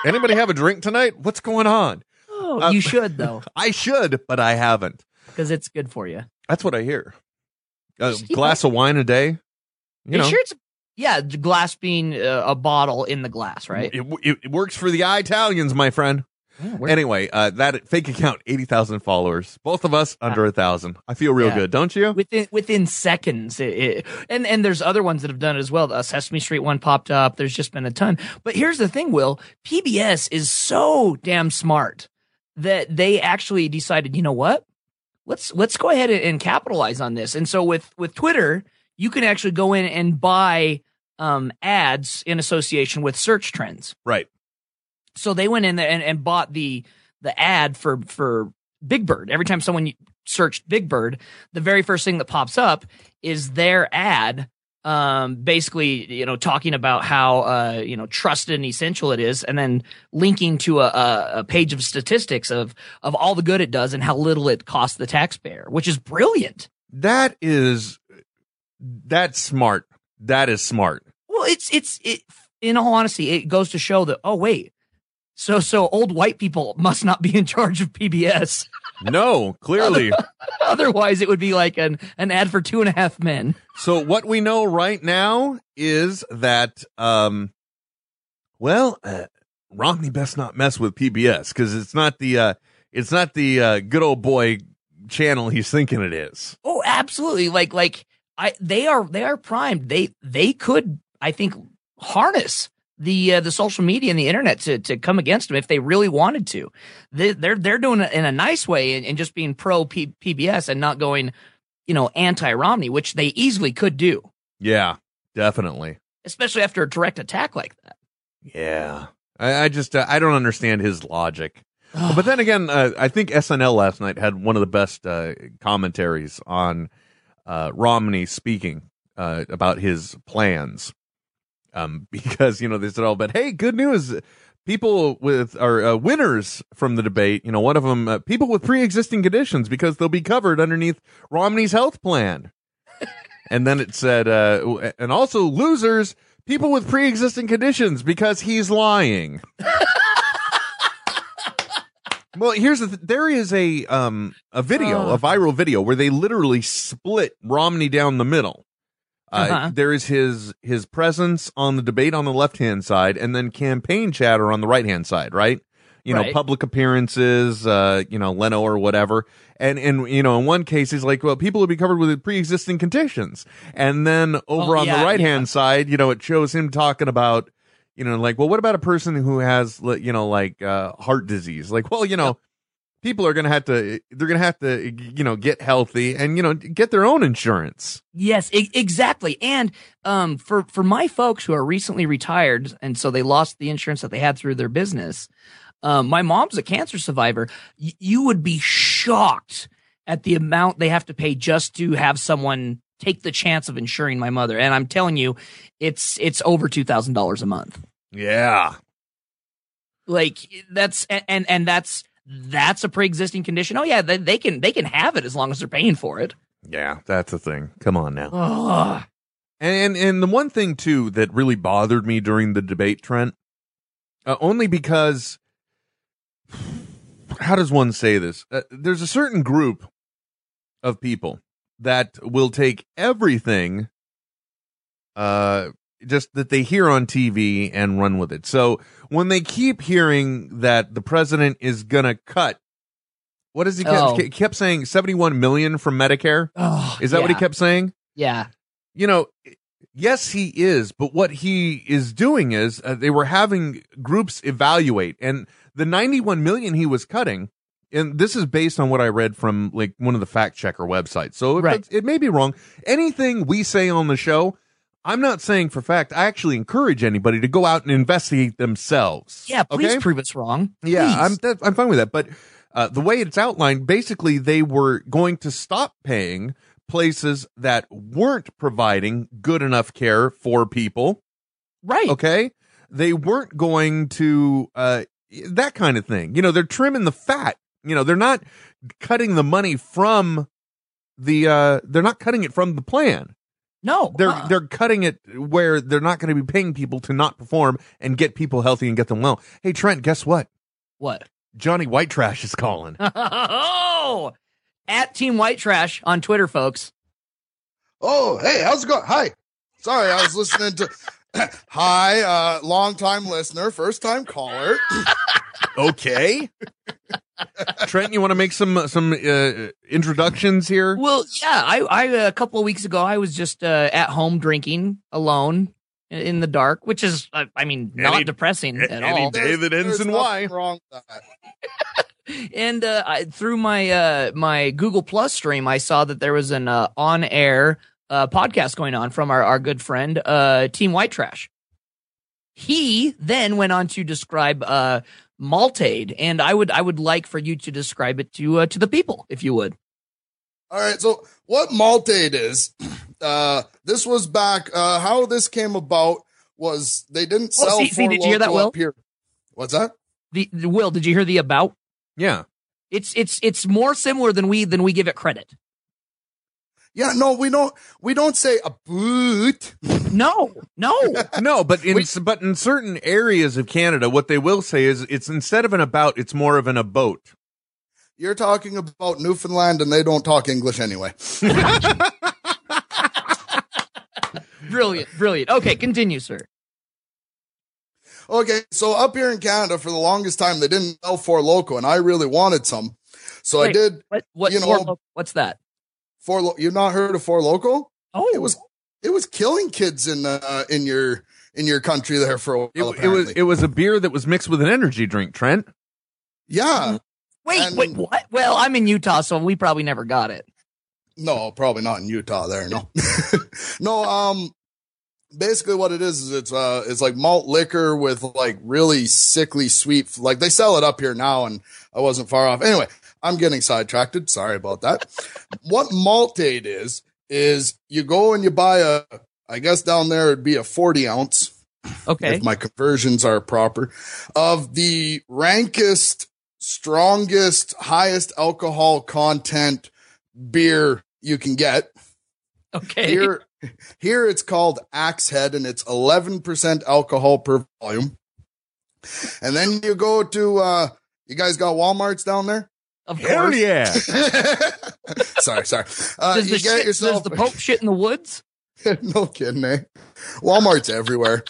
B: Anybody have a drink tonight? What's going on?
G: Oh,
B: Uh,
G: you should though,
B: I should, but I haven't.
G: because it's good for you.
B: That's what I hear. A
G: Just-
B: glass of wine a day. You know,
G: It sure it's yeah, the glass being uh, a bottle in the glass, right?
B: It, it, it works for the Italians, my friend.
G: Yeah, we're-
B: Anyway, uh, that fake account, 80,000 followers. Both of us under a 1,000. I feel real
G: Ah. Yeah.
B: good, don't you?
G: within within seconds. It, it, and and there's other ones that have done it as well. Uh, Sesame Street one popped up. There's just been a ton. But here's the thing, Will. PBS is so damn smart that they actually decided, you know what? Let's let's go ahead and, and capitalize on this. And so with with Twitter, you can actually go in and buy um, ads in association with search trends.
B: Right.
G: So they went in there and, and bought the the ad for for Big Bird. Every time someone searched Big Bird, the very first thing that pops up is their ad um basically you know talking about how uh you know trusted and essential it is and then linking to a, a, a page of statistics of of all the good it does and how little it costs the taxpayer which is brilliant
B: That is, that's smart. That is smart.
G: well it's it's it in all honesty it goes to show that oh wait so so old white people must not be in charge of pbs
B: No, clearly.
G: Otherwise, it would be like an, an ad for two and a half men.
B: so what we know right now is that, um, well, uh, Romney best not mess with PBS because it's not the, uh, it's not the, uh, good old boy channel he's thinking it is.
G: Oh, absolutely. Like like I they are they are primed. They they could I think harness the uh, the social media and the internet to to come against them if they really wanted to. They, they're they're doing it in a nice way and, and just being pro P- PBS and not going you know anti Romney, which they easily could do,
B: Yeah, definitely.
G: especially after a direct attack like that.
B: Yeah. I, I just uh, I don't understand his logic. but then again, uh, I think SNL last night had one of the best uh, commentaries on uh, Romney speaking uh, about his plans. Um, because you know they said all, but hey, good news! People with are uh, winners from the debate. You know, one of them, uh, people with pre-existing conditions, because they'll be covered underneath Romney's health plan. and then it said, uh, and also losers, people with pre-existing conditions, because he's lying. Well, here's the th- there is a um a video,
G: Oh.
B: a viral video where they literally split Romney down the middle. Uh,
G: Uh-huh.
B: there is his his presence on the debate on the left hand side, and then campaign chatter on the right hand side, right? You know,
G: Right.
B: public appearances, uh, you know, Leno or whatever, and and you know, in one case, he's like, well, people will be covered with pre existing conditions, and then over
G: Oh,
B: on the
G: yeah,
B: right hand side, you know, it shows him talking about you know, like, well, what about a person who has, li- you know, like uh, heart disease? Like, well, you know, people are going to have to, they're going to have to, you know, get healthy and, you know, get their own insurance.
G: Yes, e- exactly. And um, for for my folks who are recently retired, and so they lost the insurance that they had through their business. Um, my mom's a cancer survivor. Y- you would be shocked at the amount they have to pay just to have someone take the chance of insuring my mother. And I'm telling you, it's it's over two thousand dollars a month.
B: Yeah.
G: Like that's and and, and that's that's a pre-existing condition. Oh yeah, they, they can they can have it as long as they're paying for it.
B: Yeah. That's a thing. Come on now.
G: Ugh.
B: And, and, and the one thing, too, that really bothered me during the debate, Trent, uh, only because, how does one say this? Uh, there's a certain group of people that will take everything uh just that they hear on TV and run with it. So when they keep hearing that the president is going to cut what is he kept,
G: Oh.
B: kept saying 71 million from Medicare?
G: Ugh,
B: Is that what he
G: yeah,
B: kept saying?
G: Yeah.
B: You know, yes he is, but what he is doing is uh, they were having groups evaluate and the 91 million he was cutting and this is based on what I read from like one of the fact checker websites. So if
G: Right.
B: it's- it may be wrong. Anything we say on the show, I'm not saying for fact. I actually encourage anybody to go out and investigate themselves.
G: Yeah, please
B: Okay?
G: prove us wrong.
B: Yeah,
G: Please.
B: I'm that, I'm fine with that. But uh, the way it's outlined, basically, they were going to stop paying places that weren't providing good enough care for people.
G: right.
B: Okay, they weren't going to uh, that kind of thing. You know, they're trimming the fat. You know, they're not cutting the money from the. Uh, they're not cutting it from the plan.
G: No,
B: They're
G: uh-uh.
B: they're cutting it where they're not going to be paying people to not perform and get people healthy and get them well. Hey Trent, guess what?
G: what?
B: Johnny White Trash is calling.
G: oh, at Team White Trash on Twitter, folks.
I: Oh, hey, how's it going? Hi. Sorry, I was listening to. Hi, uh, long time listener, first time caller.
B: okay. Trent, you want to make some some uh, introductions here?
G: Well, yeah, I, I a couple of weeks ago I was just uh, at home drinking alone in, in the dark, which is, I, I mean, not
B: Any-
G: depressing
B: a-
G: at
B: any
G: all.
B: day that ends in
I: nothing
B: Y.
I: Wrong with that.
G: and uh, I, through my uh, my Google Plus stream, I saw that there was an uh, on air uh, podcast going on from our, our good friend uh, Team White Trash. He then went on to describe uh, Maltade, and I would I would like for you to describe it to uh, to the people, if you would.
I: All right, so what Maltate is? Uh, this was back. Uh, how this came about was they didn't
G: Oh,
I: sell.
G: see- see,
I: for
G: did you hear that,
I: local
G: Will?
I: up Here. What's that?
G: The, the Will, did you hear the about?
B: Yeah.
G: It's it's it's more similar than we than we give it credit.
I: Yeah, no, we don't. We don't say a boot.
G: No, no,
B: No, but in
I: We-
B: but in certain areas of Canada, what they will say is it's instead of an about, it's more of an a boat.
I: You're talking about Newfoundland, and they don't talk English anyway.
G: brilliant, brilliant. Okay, continue, sir.
I: Okay, so up here in Canada, for the longest time, they didn't sell for loco, and I really wanted some, so I
G: Wait.
I: did.
G: What what
I: You know-
G: more lo- what's that?
I: Four, Lo- you've not heard of four loco?
G: Oh,
I: It was, it was killing kids in uh, in your in your country there for a while.
B: It, it was
I: apparently.
B: it was a beer that was mixed with an energy drink, Trent.
I: yeah.
B: Mm-hmm.
G: Wait,
I: And-
G: wait, what? Well, I'm in Utah, so we probably never got it.
I: No, probably not in Utah there. No. no, um basically what it is is it's uh it's like malt liquor with like really sickly sweet like they sell it up here now and I wasn't far off. Anyway, I'm getting sidetracked. Sorry about that. what maltate is is you go and you buy a I guess down there it'd be a 40 ounce
G: Okay.
I: if my conversions are proper, of the rankest, strongest, highest alcohol content beer you can get.
G: okay.
I: Here, here it's called Axe Head, and it's 11% alcohol per volume. And then you go to, uh, you guys got Walmarts down there?
G: of
B: Hell
G: course.
B: yeah.
I: sorry, sorry. Uh,
G: Does,
I: you
G: the
I: get
G: shit,
I: yourself
G: does the Pope shit in the woods?
I: no kidding, eh? Walmart's everywhere.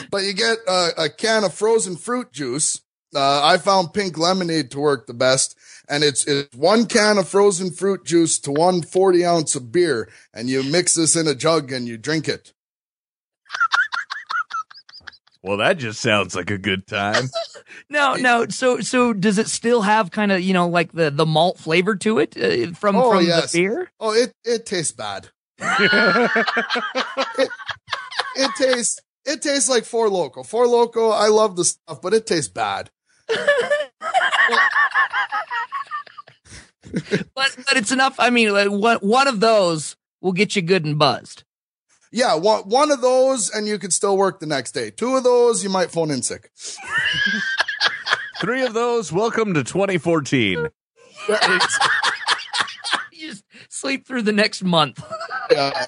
I: but you get a, a can of frozen fruit juice. Uh, I found pink lemonade to work the best, and it's, it's one can of frozen fruit juice to one 40 ounce of beer, and you mix this in a jug and you drink it.
B: well, that just sounds like a good time.
G: No, no. So, so does it still have kind of you know like the the malt flavor to it uh, from
I: Oh,
G: from
I: yes.
G: the beer?
I: Oh, it it tastes bad. it, it tastes it tastes like Four Loco. Four Loco, I love the stuff, but it tastes bad.
G: But but it's enough. I mean, like, one one of those will get you good and buzzed.
I: Yeah, one, one of those, and you could still work the next day. Two of those, you might phone in sick.
B: Three of those. Welcome to 2014.
G: You just sleep through the next month.
I: Yeah.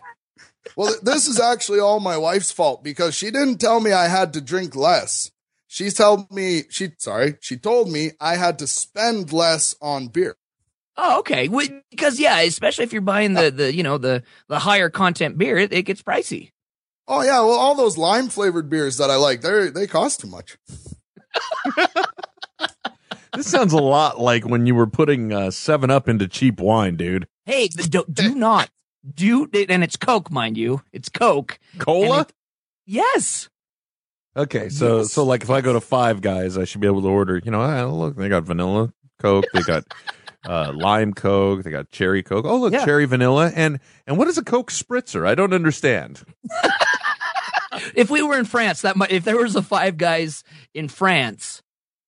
I: Well, th- this is actually all my wife's fault because she didn't tell me I had to drink less. She told me she sorry, she told me I had to spend less on beer.
G: Oh, okay. Well, Because yeah, especially if you're buying the the you know the the higher content beer, it, it gets pricey.
I: Oh yeah, well, all those lime flavored beers that I like, they they cost too much.
B: this sounds a lot like when you were putting uh, Seven Up into cheap wine, dude.
G: Hey, th- do, do not do, and it's Coke, mind you. It's Coke. And
B: Cola.
G: it- yes.
B: Okay, so
I: Yes.
B: so like if I go to Five Guys, I should be able to order. You know, ah, look, they got vanilla Coke, they got uh, lime Coke, they got cherry Coke. Oh, look,
G: Yeah.
B: cherry vanilla, and and what is a Coke spritzer? I don't understand.
G: If we were in France, that might, if there was a Five Guys in France,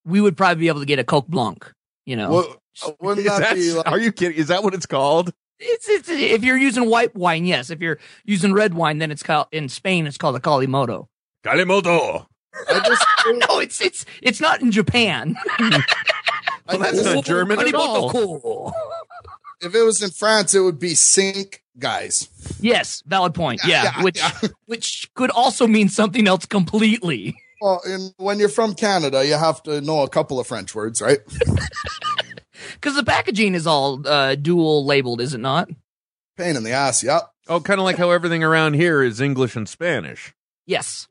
G: we would probably be able to get a Coke Blanc. You know,
I: Well, Uh, wouldn't
B: Is
I: that
B: that-
I: be like
B: are you kidding? Is that what it's called?
G: it's, it's if you're using white wine, yes. If you're using red wine, then it's called in Spain, it's called a Kalimoto.
B: Kalimoto.
I: I just
G: No, it's it's it's not in Japan.
I: I
B: Well, that's
I: just-
B: not German at all.
G: Kalimoto.
I: if it was in France, it would be sink guys.
G: Yes, valid point. Yeah, which
I: yeah.
G: which could also mean something else completely.
I: Well, and when you're from Canada, you have to know a couple of French words, right?
G: Because the packaging is all uh, dual labeled, is it not?
I: Pain in the ass. Yep.
B: Oh, kind of like how everything around here is English and Spanish.
G: Yes.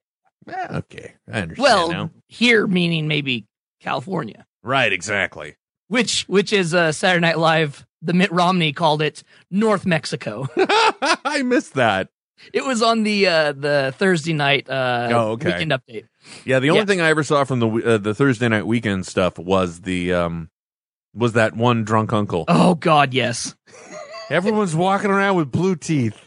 B: Yeah, okay, I understand
G: Well,
B: now.
G: here meaning maybe California,
B: Right, exactly.
G: which which is uh, Saturday Night Live. The Mitt Romney called it North Mexico.
B: I missed that.
G: it was on the uh, the Thursday night uh,
B: Oh, okay.
G: weekend update.
B: Yeah, the only
G: Yes.
B: thing I ever saw from the uh, the Thursday night weekend stuff was the um was that one drunk uncle.
G: Oh God, yes.
B: Everyone's walking around with blue teeth.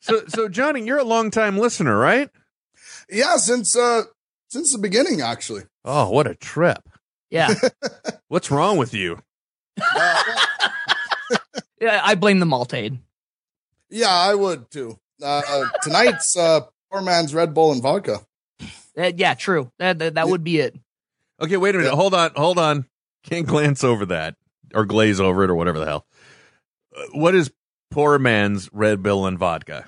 B: so so Johnny, you're a longtime listener, right?
I: Yeah, since uh since the beginning, actually.
B: Oh, what a trip.
G: Yeah,
B: What's wrong with you?
I: Uh,
G: yeah. I blame the Maltade.
I: yeah, I would too. Uh, tonight's uh, poor man's Red Bull and vodka.
G: Uh, yeah, true. That that, that would be it.
B: Okay, wait a minute. Hold on. Hold on. Can't glance over that or glaze over it or whatever the hell. Uh, What is poor man's Red Bull and vodka?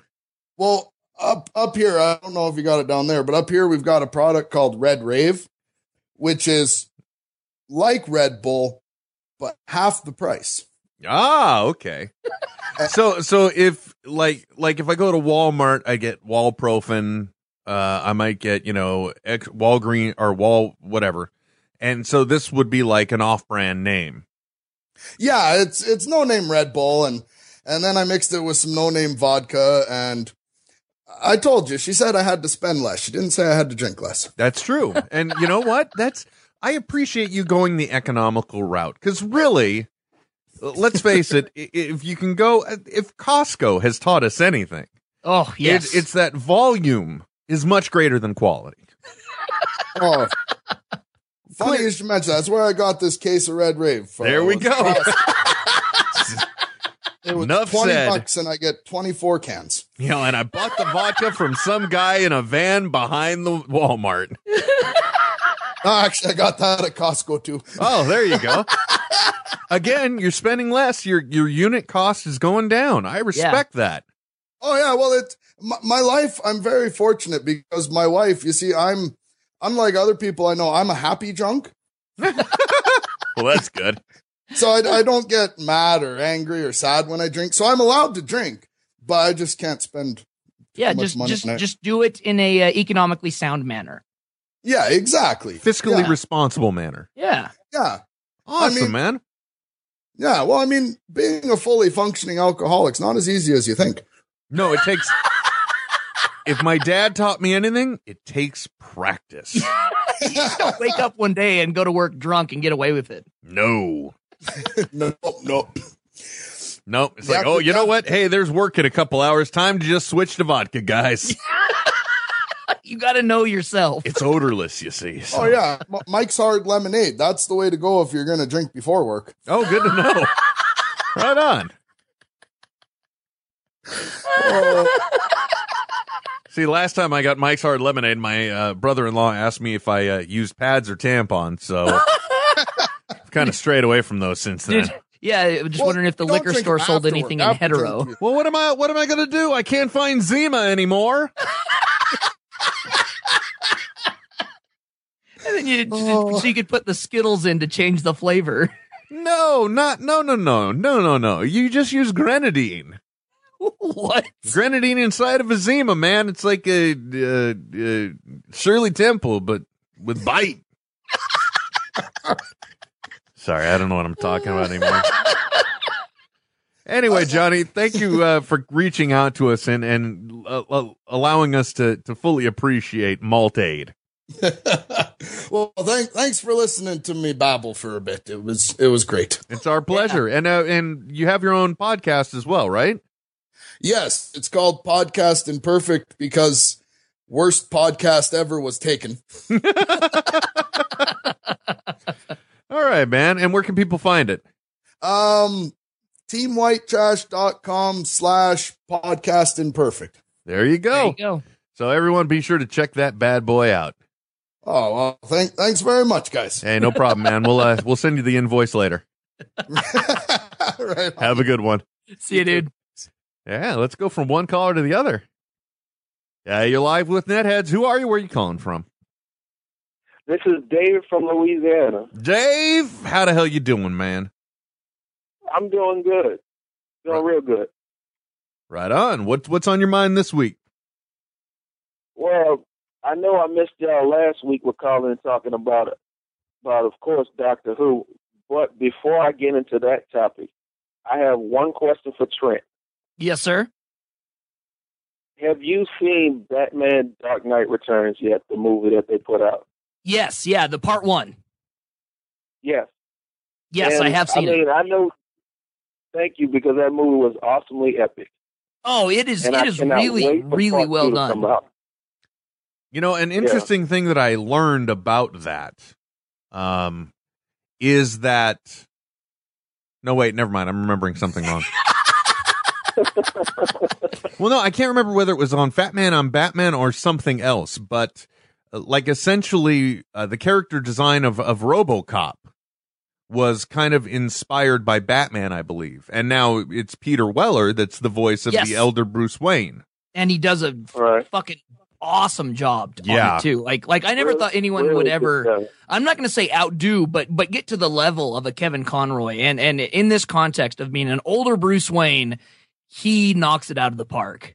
I: Well, up up here, I don't know if you got it down there, but up here we've got a product called Red Rave, which is like Red Bull, but half the price.
B: Ah, okay. so so if like like if I go to Walmart, I get Walprofen. Uh, I might get you know X Walgreen or Wal whatever, and so this would be like an off-brand name.
I: Yeah, it's it's no name Red Bull, and and then I mixed it with some no name vodka, and I told you, she said I had to spend less. She didn't say I had to drink less.
B: That's true. And you know what? That's I appreciate you going the economical route cuz really let's face it, i- if you can go if Costco has taught us anything,
G: Oh yes,
B: it's, it's that volume is much greater than quality.
I: Oh. Funny you should mention. that. That's where I got this case of Red Rave. from.
B: There we go.
I: It was
B: Enough
I: twenty
B: said.
I: bucks, and I get twenty four cans.
B: You know, and I bought the vodka from some guy in a van behind the Walmart.
I: No, actually, I got that at Costco too.
B: Oh, there you go. Again, you're spending less. Your your unit cost is going down. I respect that.
I: Oh yeah, well it my, my life. I'm very fortunate because my wife. You see, I'm unlike other people I know. I'm a happy drunk,
B: Well, that's good.
I: so I, I don't get mad or angry or sad when I drink. So I'm allowed to drink, but I just can't spend.
G: yeah.
I: much
G: Just
I: money
G: just
I: tonight.
G: just do it in a uh, economically sound manner.
I: Yeah, exactly.
B: Fiscally
I: Yeah,
B: responsible manner.
G: Yeah.
I: yeah,
B: Awesome,
I: mean-
B: man.
I: yeah. Well, I mean, being a fully functioning alcoholic's not as easy as you think.
B: No, it takes. if my dad taught me anything, it takes practice.
G: Wake up one day and go to work drunk and get away with it.
B: No.
I: no, no.
B: Nope. It's
I: Yeah,
B: like, oh, you know
I: yeah.
B: what? Hey, there's work in a couple hours. Time to just switch to vodka, guys.
G: You got to know yourself.
B: It's odorless, you see. so-
I: Oh yeah, M- Mike's Hard Lemonade. That's the way to go if you're going to drink before work.
B: Oh, good to know. right on. See, last time I got Mike's Hard Lemonade, my uh, brother-in-law asked me if I uh, used pads or tampons, so I've kind of strayed away from those since then.
G: Dude, yeah, I'm just
I: Well,
G: wondering if the
I: don't
G: liquor
I: drink
G: store sold
I: afterward.
G: anything in
I: After
G: hetero.
I: drinking.
B: Well, what am I? What am I going to do? I can't find Zima anymore.
G: And then you,
I: Oh.
G: so you could put the Skittles in to change the flavor.
B: No, not no, no, no, no, no, no. You just use grenadine.
G: what?
B: Grenadine inside of a Zima, man. It's like a, uh uh Shirley Temple, but with bite. Sorry, I don't know what I'm talking about anymore. Anyway, Johnny, thank you uh, for reaching out to us and and uh, uh, allowing us to to fully appreciate Malt Aid.
I: well, thank, thanks for listening to me babble for a bit. It was it was great.
B: It's our pleasure, and uh, and you have your own podcast as well, right?
I: Yes, it's called Podcast Imperfect because worst podcast ever was taken.
B: All right, man. And where can people find it?
I: Um teamwhitetrash.com slash podcast imperfect.
B: There you
G: There you
B: go.
G: go.
B: So everyone, be sure to check that bad boy out.
I: Oh well, thank, thanks very much, guys.
B: Hey, no problem, man. We'll uh, we'll send you the invoice later.
I: right. on.
B: Have a good one.
G: See you, dude.
B: Yeah, let's go from one caller to the other. Yeah, you're live with Netheads. Who are you? Where are you calling from?
J: This is David from Louisiana.
B: Dave, how the hell you doing, man?
J: I'm doing good. Doing real good.
B: Right on. What what's on your mind this week?
J: Well, I know I missed y'all last week with calling and talking about it. But of course, Doctor Who. But before I get into that topic, I have one question for Trent.
G: Yes, sir.
J: Have you seen Batman Dark Knight Returns yet, the movie that they put out?
G: Yes, yeah, the part one.
J: Yes.
G: Yes, I
J: And,
G: have seen
J: I mean,
G: it.
J: I know. Thank you, because that movie was awesomely epic.
G: Oh, it is
J: And
G: it
J: I
G: is
J: cannot
G: really
J: wait for
G: really
J: part
G: well
J: two to come
G: done.
J: out.
B: You know, an interesting thing that I learned about that um, is that. No, wait, never mind. I'm remembering something wrong. well, no, I can't remember whether it was on Fat Man on Batman or something else, but uh, like essentially uh, the character design of, of Robocop was kind of inspired by Batman, I believe. And now it's Peter Weller that's the voice of
G: Yes.
B: the elder Bruce Wayne.
G: And he does a
J: Right.
G: fucking awesome job on
B: Yeah.
G: it too. Like like I never
J: Really-
G: thought anyone
J: really
G: would
J: good
G: ever
J: stuff.
G: I'm not going to say outdo, but but get to the level of a Kevin Conroy, and and in this context of being an older Bruce Wayne, he knocks it out of the park.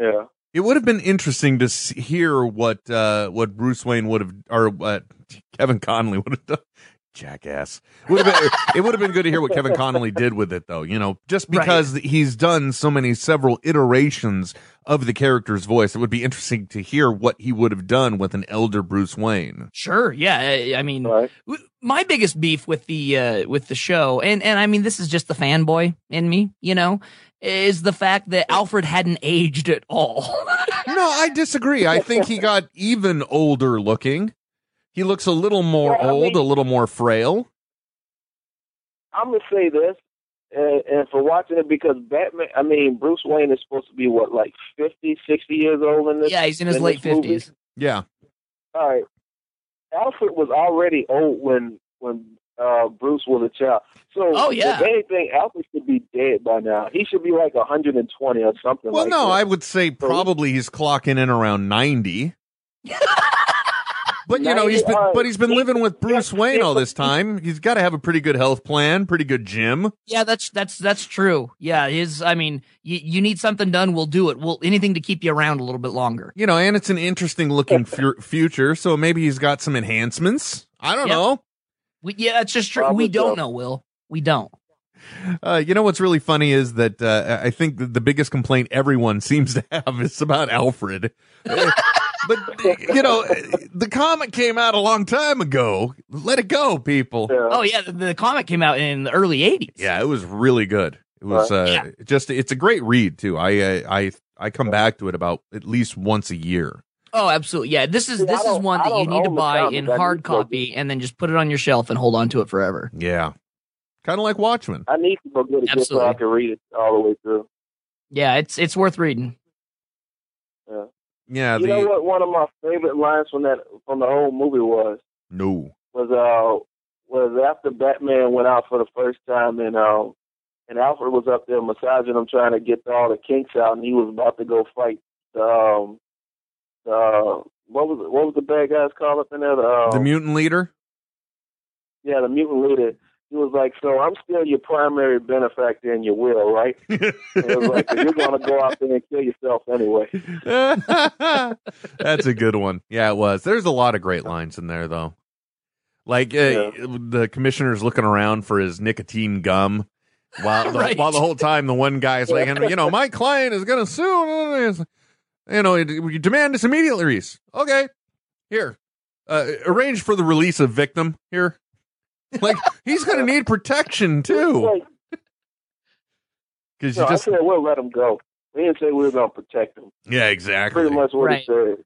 J: Yeah.
B: It would have been interesting to s hear what uh, what Bruce Wayne would have or what Kevin Connolly would have done. Jackass. Would have been, it would have been good to hear what Kevin Connolly did with it, though. You know, just
G: Right.
B: because he's done so many several iterations of the character's voice, it would be interesting to hear what he would have done with an elder Bruce Wayne.
G: Sure, yeah, I, I mean,
J: Right.
G: w- my biggest beef with the uh, with the show, and and I mean, this is just the fanboy in me, you know, is the fact that Alfred hadn't aged at all.
B: No, I disagree. I think he got even older looking. He looks a little more
J: Well, I
B: old,
J: mean-
B: a little more frail.
J: I'm gonna say this, and, and for watching it because Batman. I mean, Bruce Wayne is supposed to be what, like 50, 60 years old in this.
G: yeah, he's in his
J: in
G: late
J: this movie?
G: fifties.
B: Yeah.
J: All right. Alfred was already old when when uh, Bruce was a child. So,
G: Oh, yeah.
J: if anything, Alfred should be dead by now. He should be like 120 or something.
B: Well,
J: like
B: no,
J: that.
B: I would say probably he's clocking in around ninety. But you know he's been,
J: 90,
B: but he's been living with Bruce
J: yeah,
B: Wayne all
J: yeah.
B: this time. He's got to have a pretty good health plan, pretty good gym.
G: Yeah, that's that's that's true. Yeah, his. I mean, you you need something done, we'll do it. We'll anything to keep you around a little bit longer.
B: You know, and it's an interesting looking fu- future. So maybe he's got some enhancements. I don't
G: Yep.
B: know.
G: We, yeah, it's just true.
J: Probably
G: we don't
J: so.
G: know, Will. We don't.
B: Uh, you know what's really funny is that uh, I think that the biggest complaint everyone seems to have is about Alfred. Uh, but you know, the comic came out a long time ago. Let it go, people.
J: Yeah.
G: Oh yeah, the, the comic came out in the early '80s.
B: Yeah, it was really good. It was uh,
G: Yeah.
B: just it's a great read too. I uh, I I come back to it about at least once a year.
G: Oh, absolutely. Yeah, this is
J: See, I
G: this is
J: don't-
G: one
J: I
G: that you
J: don't
G: need to
J: own the
G: buy
J: comic.
G: in
J: I need
G: hard
J: to go
G: copy and then just put it on your shelf and hold on to it forever.
B: Yeah, kind of like Watchmen.
J: I need to go get it just so
G: Absolutely.
J: I can read it all the way through.
G: Yeah, it's it's worth reading.
B: Yeah,
J: you know
B: the
J: what? One of my favorite lines from that from the whole movie was.
B: no.
J: was uh was after Batman went out for the first time and um and Alfred was up there massaging him trying to get all the kinks out and he was about to go fight the um the what was it, what was the bad guys called up in there? The, um,
B: the mutant leader.
J: yeah, the mutant leader. He was like, So I'm still your primary benefactor in your will, right? And it was like, "But You're gonna go out there and kill yourself anyway.
B: That's a good one. Yeah, it was. There's a lot of great lines in there though. Like uh,
J: Yeah.
B: the commissioner's looking around for his nicotine gum. While the,
G: Right.
B: while the whole time the one guy's like, you know, my client is gonna sue. You know, you demand this immediate release. Okay, here, uh, arrange for the release of victim. Here, like he's gonna need protection too
J: Like,
B: because you
J: no,
B: just
J: I said we'll let him go. We didn't say we were gonna protect him.
B: yeah exactly.
J: Pretty much what
G: Right.
J: he said.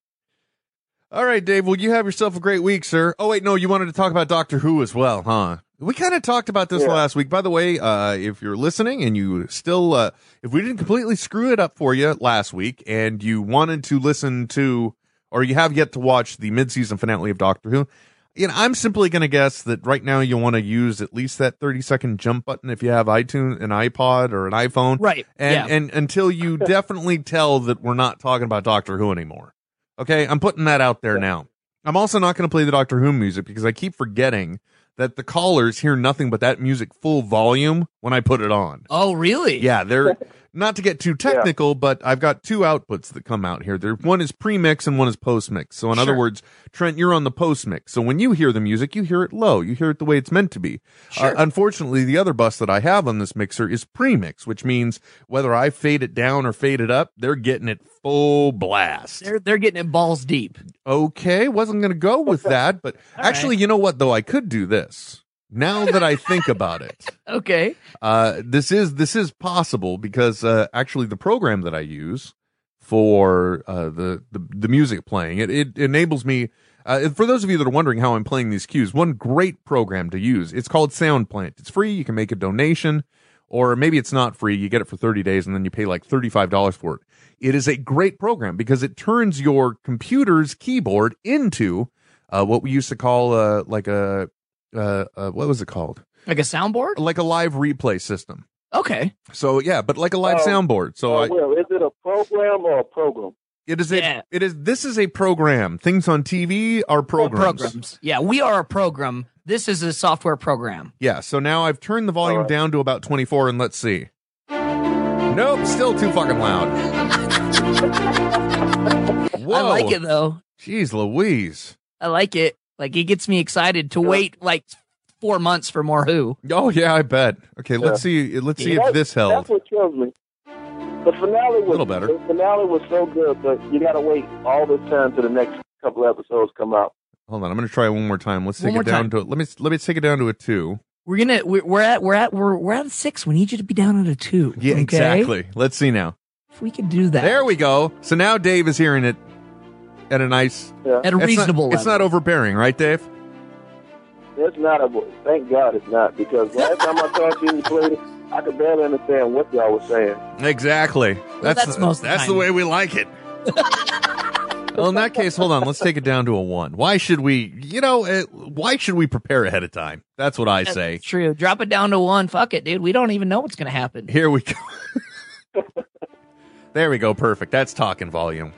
B: All right, Dave. Well, you have yourself a great week, sir. Oh wait, no, you wanted to talk about Doctor Who as well, huh? We kind of talked about this
J: Yeah.
B: last week. By the way, uh, if you're listening and you still, uh, if we didn't completely screw it up for you last week, and you wanted to listen to, or you have yet to watch the mid-season finale of Doctor Who, you know, I'm simply going to guess that right now you want to use at least that 30 second jump button if you have iTunes, an iPod, or an iPhone.
G: Right.
B: And,
G: yeah.
B: and until you definitely tell that we're not talking about Doctor Who anymore. Okay. I'm putting that out there now. I'm also not going to play the Doctor Who music because I keep forgetting that the callers hear nothing but that music full volume when I put it on.
G: oh, really?
B: Yeah, they're not to get too technical, but I've got two outputs that come out here. There, one is pre-mix and one is post-mix. So in other
G: Sure.
B: words, Trent, you're on the post-mix. So when you hear the music, you hear it low. You hear it the way it's meant to be. Uh,
G: Sure.
B: unfortunately, the other bus that I have on this mixer is pre-mix, which means whether I fade it down or fade it up, they're getting it full blast.
G: They're they're getting it balls deep.
B: okay, wasn't going to go with that, but
G: All
B: actually, you know what though? I could do this. Now that I think about it.
G: Okay.
B: Uh, this is this is possible because uh, actually the program that I use for uh, the, the the music playing it it enables me. Uh, and for those of you that are wondering how I'm playing these cues, one great program to use it's called SoundPlant. It's free. You can make a donation, or maybe it's not free. You get it for 30 days, and then you pay like $35 for it. It is a great program because it turns your computer's keyboard into uh, what we used to call uh, like a uh, uh, what was it called?
G: Like a soundboard?
B: like a live replay system.
G: Okay.
B: So yeah, but like a live
J: Oh.
B: soundboard. So
J: Uh,
B: I,
J: Will, is it a program or a program?
B: it is.
G: Yeah.
B: A, it is. This is a program. Things on TV
G: Oh,
B: are programs.
G: Yeah, we are a program. This is a software program.
B: Yeah. So now I've turned the volume
J: All right.
B: down to about twenty four, and let's see. Nope, still too fucking loud. Whoa.
G: I like it though.
B: Jeez Louise.
G: I like it. Like it gets me excited to wait like four months for more Who.
B: Oh yeah, I bet. Okay, let's see. Let's see if
J: That-
B: this
J: That's
B: held.
J: what kills me. The finale was
B: Little better.
J: The finale was so good, but you got to wait all this time till the next couple episodes come out.
B: Hold on, I'm gonna try one more time. Let's
G: One
B: take
G: more
B: it down to.
G: time.
B: Let me let me take it down to a two.
G: We're gonna we're, we're at we're at we're we're at a six. We need you to be down at a two.
B: Yeah,
G: okay?
B: exactly. Let's see now.
G: If we could do that,
B: There we go. So now Dave is hearing it at a nice,
J: Yeah,
G: at a
B: it's not-
G: reasonable.
B: It's not
G: level.
B: overbearing, right, Dave?
J: it's not a. Thank God it's not because last time I talked to you, you played it, I could barely understand what y'all were saying.
B: Exactly. that's
G: that's most of the
B: that's the
G: time.
B: way we like it. well, in that case, hold on. Let's take it down to a one. Why should we? You know, uh why should we prepare ahead of time? That's what I
G: That's
B: say.
G: true. Drop it down to one. Fuck it, dude. We don't even know what's gonna happen.
B: Here we go. there we go. Perfect. That's talking volume.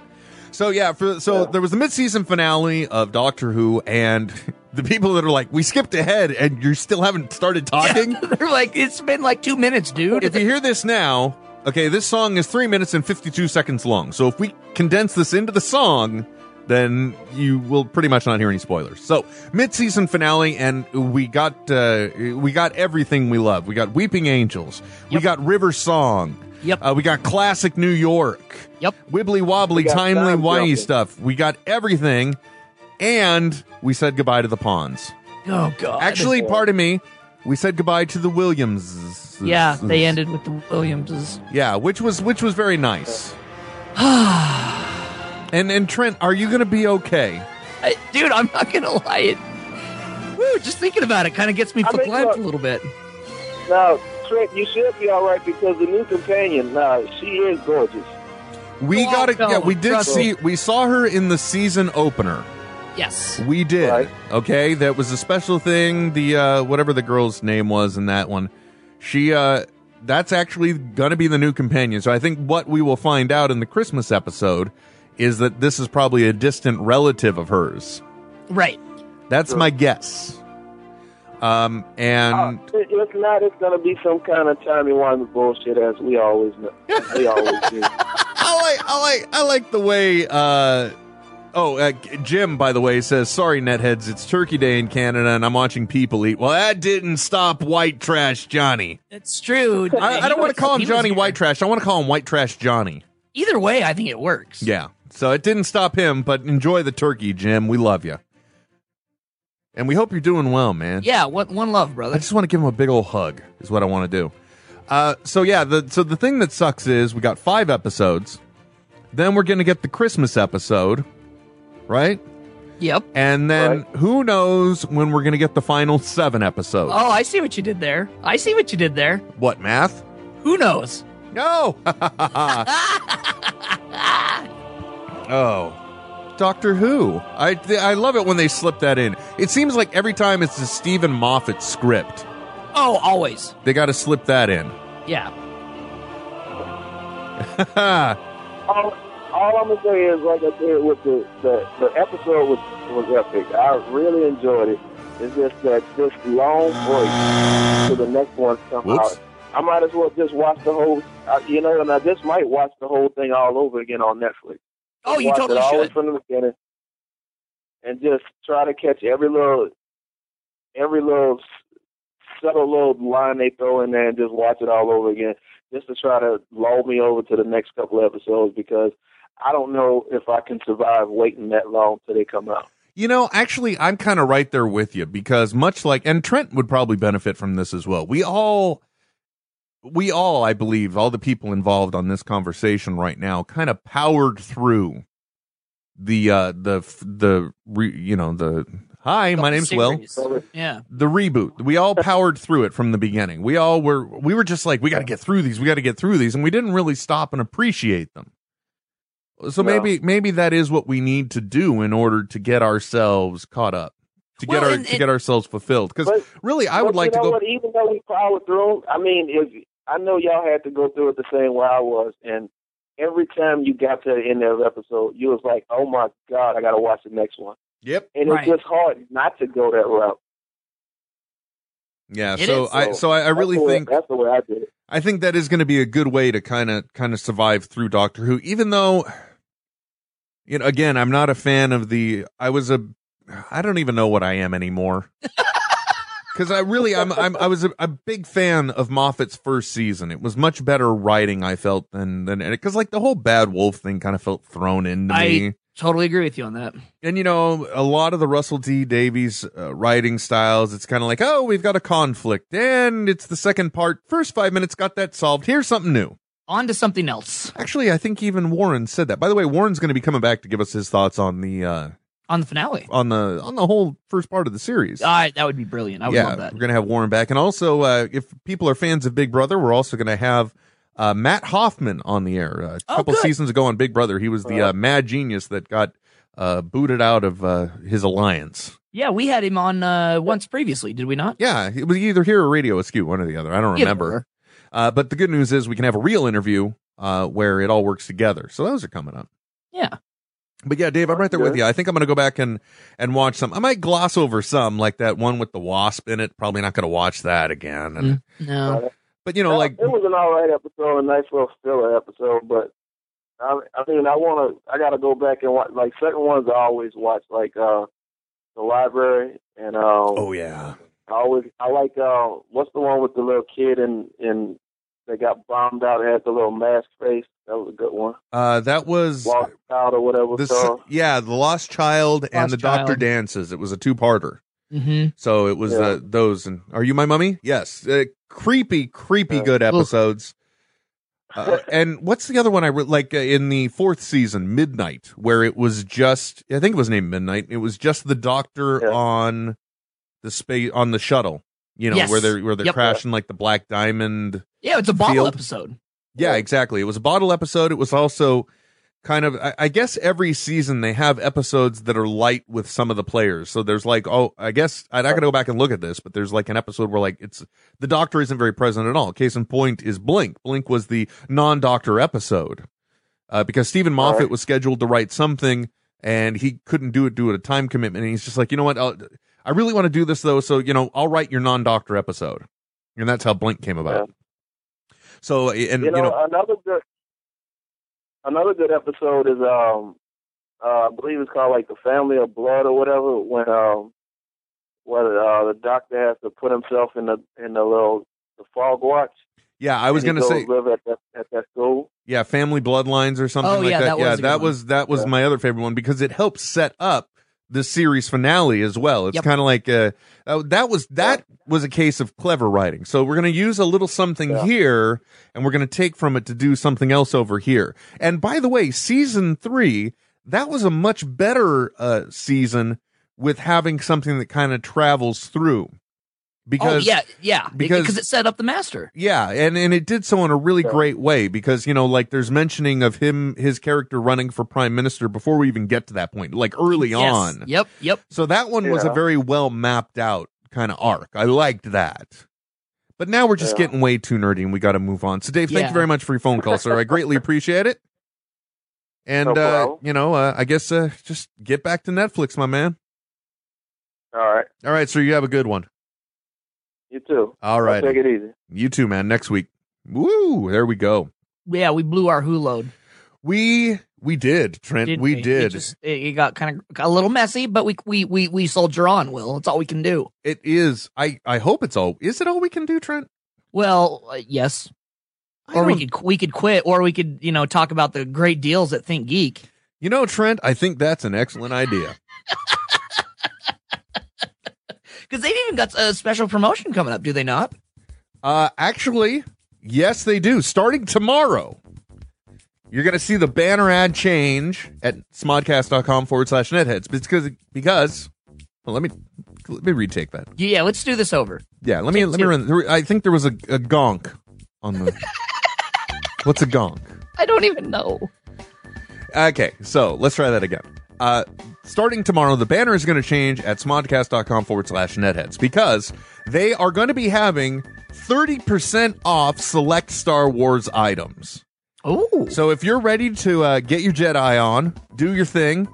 B: So yeah, for so there was the mid-season finale of Doctor Who, and the people that are like, we skipped ahead, and you still haven't started talking.
G: They're like, it's been like two minutes, dude.
B: if you hear this now, okay, this song is three minutes and 52 seconds long. So if we condense this into the song, then you will pretty much not hear any spoilers. So mid-season finale, and we got uh, we got everything we love. We got Weeping Angels, we
G: Yep.
B: got River Song,
G: Yep.
B: uh, we got classic New York,
G: Yep.
B: wibbly wobbly,
J: We got
B: timely
J: time
B: whiny
J: jumping.
B: stuff. We got everything, and we said goodbye to the Pawns.
G: oh god.
B: Actually, pardon me, we said goodbye to the Williams.
G: yeah, they ended with the Williamses.
B: Yeah, which was which was very nice. and and Trent, are you going to be okay?
G: I, dude, I'm not gonna lie. It. Woo, just thinking about it kind of gets me
J: I mean,
G: flipped
J: look-
G: a little bit.
J: Now, Trent, you should be all right because the new companion, now she is gorgeous.
B: We
G: Oh,
B: got to
G: no,
B: yeah, we did
G: trust
B: see we saw her in the season opener.
G: Yes.
B: We did.
J: Right.
B: Okay, that was a special thing. The uh whatever the girl's name was in that one. She uh that's actually going to be the new companion. So I think what we will find out in the Christmas episode is that this is probably a distant relative of hers.
G: Right.
B: That's my guess. Um
G: Uh,
B: and
J: It- If not, it's gonna be some kind of Tommy Wine bullshit as we always know. We always do.
B: I like I like I like the way uh oh uh, Jim by the way says sorry netheads it's turkey day in Canada and I'm watching people eat. Well that didn't stop white trash Johnny.
G: It's true.
B: I, I don't want to call him Johnny White Trash. I want to call him White Trash Johnny.
G: Either way, I think it works.
B: Yeah. So it didn't stop him, but enjoy the turkey, Jim. We love you. And we hope you're doing well, man.
G: Yeah. One, one love,
B: I
G: brother.
B: just want to give him a big old hug. Is what I want to do. Uh, so yeah, the so the thing that sucks is we got five episodes. Then we're gonna get the Christmas episode, right?
G: Yep.
B: And then who knows when we're gonna get the final seven episodes?
G: Oh, I see what you did there. I see what you did there.
B: What math?
G: Who knows?
B: No. oh. Doctor Who. I th- I love it when they slip that in. It seems like every time it's a Stephen Moffat script,
G: Oh, always.
B: they got to slip that in.
G: Yeah.
J: all, all I'm gonna say is, like I said, with the the, the episode was was epic. I really enjoyed it. It's just that this long break to the next one come
B: Whoops.
J: out. I might as well just watch the whole. Uh, you know, and I just might watch the whole thing all over again on Netflix.
G: Oh, you
J: watch
G: totally
J: it all
G: should.
J: from the beginning, and just try to catch every little, every little s- subtle little line they throw in there, and just watch it all over again, just to try to lull me over to the next couple of episodes because I don't know if I can survive waiting that long till they come out.
B: You know, actually, I'm kind of right there with you because much like, and Trent would probably benefit from this as well. We all, we all, I believe, all the people involved on this conversation right now, kind of powered through the uh the the re, you know the hi my name's will
G: Series. Yeah.
B: the reboot we all powered through it from the beginning we all were we were just like we got to get through these we got to get through these and we didn't really stop and appreciate them so
J: No.
B: maybe maybe that is what we need to do in order to get ourselves caught up to get
G: Well,
B: our
G: and-
B: to
G: and-
B: get ourselves fulfilled because
J: But-
B: really i would
J: But
B: like to
J: you know
B: go
J: What? Even though we powered through, 'em, I mean, if I know y'all had to go through it the same way I was, and every time you got to the end of the episode, you was like, "Oh my god, I got to watch the next one."
B: Yep.
J: And
G: Right.
J: it's just hard not to go that route.
B: yeah
G: It
B: so
G: is.
B: i so i, I
J: That's
B: really
J: the way-
B: think
J: that's the way I did it.
B: I think that is going to be a good way to kind of kind of survive through Doctor Who, even though, you know, again, I'm not a fan of the. I was a, I don't even know what I am anymore. Because I really, I'm, I'm, I was a, a big fan of Moffat's first season. It was much better writing, I felt, than than because like the whole Bad Wolf thing kind of felt thrown into
G: I-
B: me
G: Totally agree with you on that.
B: and you know a lot of the russell t davies uh, writing styles it's kind of like oh we've got a conflict and it's the second part first five minutes got that solved here's something new
G: On to something else
B: actually i think even warren said that by the way warren's going to be coming back to give us his thoughts on the uh
G: on the finale.
B: on the on the whole first part of the series
G: I that would be brilliant. Ah, I would
B: yeah
G: love that.
B: we're going to have warren back and also uh if people are fans of big brother we're also going to have uh, Matt Hoffman on the air Uh, a
G: Oh,
B: couple
G: good.
B: seasons ago on Big Brother. He was the uh, mad genius that got uh, booted out of uh, his alliance.
G: Yeah, we had him on uh, once previously, did we not?
B: Yeah, it was either here or Radio Askew, one or the other. I don't
G: Either
B: remember.
G: or.
B: Uh, but the good news is we can have a real interview uh, where it all works together. So those are coming up.
G: Yeah.
B: But yeah, Dave, I'm right there with
J: Okay.
B: you. I think I'm going to go back and and watch some. I might gloss over some, like that one with the wasp in it. Probably not going to watch that again. And,
G: Mm. No.
B: But you know, like
J: it was an all right episode, a nice little filler episode, but I, I mean, I want to, I got to go back and watch. Like certain ones, I always watch, like uh the library, and um,
B: oh yeah,
J: I always, I like uh, what's the one with the little kid and and that got bombed out and had the little mask face. That was a good one.
B: uh, that was
J: Lost Child or whatever.
B: the s-
J: so
B: yeah the Lost Child and
G: Lost
B: the Doctor
G: Child.
B: Dances. It was a two parter.
G: Mm-hmm.
B: So it was
J: Yeah.
B: uh, those and Are You My Mummy? Yes. Uh, creepy, creepy
J: Yeah.
B: good episodes. Uh, and what's the other one I re- like uh, in the fourth season, Midnight, where it was just I think it was named Midnight. It was just the doctor
J: Yeah.
B: on the space on the shuttle, you know,
G: Yes.
B: where they're where they're
G: Yep.
B: crashing like the Black Diamond.
G: Yeah, it's a bottle
B: Field.
G: episode.
B: Yeah,
J: Yeah.
B: exactly. It was a bottle episode. It was also kind of, I, I guess, every season they have episodes that are light with some of the players. So there's like, oh, I guess I, I got to go back and look at this, but there's like an episode where like it's the doctor isn't very present at all. Case in point is Blink. Blink was the non doctor episode uh, because Stephen Moffat
J: Alright.
B: was scheduled to write something and he couldn't do it due to a time commitment. And he's just like, you know what? I'll, I really want to do this though. So, you know, I'll write your non doctor episode. And that's how Blink came about. So, and
J: you know, another good another good episode is um uh I believe it's called like the family of blood or whatever when um when uh the doctor has to put himself in the in the little the fog watch.
B: Yeah, I was
J: and
B: gonna
J: he goes
B: say
J: live at that at that school.
B: yeah, family bloodlines or something
G: Oh,
B: like
G: yeah,
B: that.
G: that was
B: yeah,
G: a good
B: that
G: one.
B: was that was
J: Yeah.
B: my other favorite one because it helps set up the series finale as well. It's
G: Yep.
B: kind of like uh, uh, that was that was a case of clever writing. So we're gonna use a little something
J: Yeah.
B: here and we're gonna take from it to do something else over here. And by the way, season three that was a much better uh, season with having something that kind of travels through because
G: oh yeah, yeah,
B: because-
G: because, it set up the master.
B: Yeah, and and it did so in a really great way because you know, like there's mentioning of him his character running for prime minister before we even get to that point, like early
G: Yes.
B: on.
G: Yep, yep.
B: So that one was a
J: Yeah.
B: very well mapped out kind of arc. I liked that. But now we're just
J: Yeah.
B: getting way too nerdy and we got to move on. So Dave, thank
G: Yeah.
B: you very much for your phone call, sir. I greatly appreciate it. And
J: No
B: uh,
J: problem.
B: you know, uh, I guess uh, just get back to Netflix, my man.
J: All right.
B: All right, sir, you have a good one.
J: You too.
B: All
J: I'll
B: right.
J: Take it easy.
B: You too, man. Next week. Woo, there we go.
G: Yeah, we blew our who load.
B: We we did, Trent.
G: didn't
B: we,
G: It
B: did.
G: just- It, it got kind of got a little messy, but we we we we soldier on. Will it's all we can do.
B: it is. I I hope it's all. Is it all we can do, Trent?
G: Well, uh, yes,
B: I
G: or we
B: don't-
G: could we could quit, or we could you know talk about the great deals at Think Geek.
B: You know, Trent. I think that's an excellent idea.
G: Because they've even got a special promotion coming up, do they not?
B: Uh, actually, yes, they do. Starting tomorrow, you're gonna see the banner ad change at smodcast.com forward slash netheads because because. Well, let me let me retake that.
G: Yeah, let's do this over.
B: Yeah, let me let me run. I think there was a, a gonk on the. What's a gonk?
G: I don't even know.
B: Okay, so let's try that again. Uh, starting tomorrow, the banner is going to change at smodcast.com forward slash netheads because they are going to be having 30% off select Star Wars items.
G: Oh,
B: So if you're ready to uh, get your Jedi on, do your thing,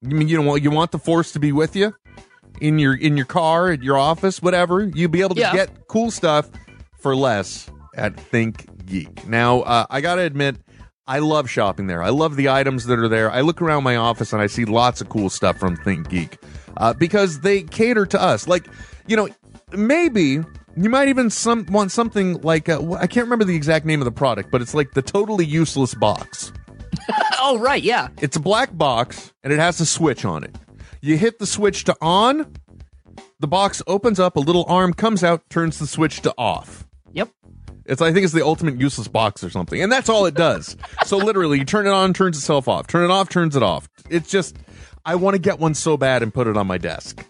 B: you mean you don't want you want the Force to be with you in your in your car, at your office, whatever, you'll be able to
G: Yeah.
B: get cool stuff for less at Think Geek. Now, uh, I gotta admit, I love shopping there. I love the items that are there. I look around my office and I see lots of cool stuff from Think Geek uh, because they cater to us. Like, you know, maybe you might even some want something like uh, wh- I can't remember the exact name of the product, but it's like the totally useless box.
G: oh right, yeah,
B: It's a black box and it has a switch on it. You hit the switch to on, the box opens up, a little arm comes out, turns the switch to off.
G: yep.
B: It's I think it's the ultimate useless box or something. And that's all it does. so literally you turn it on, turns itself off. Turn it off, turns it off. It's just I want to get one so bad and put it on my desk.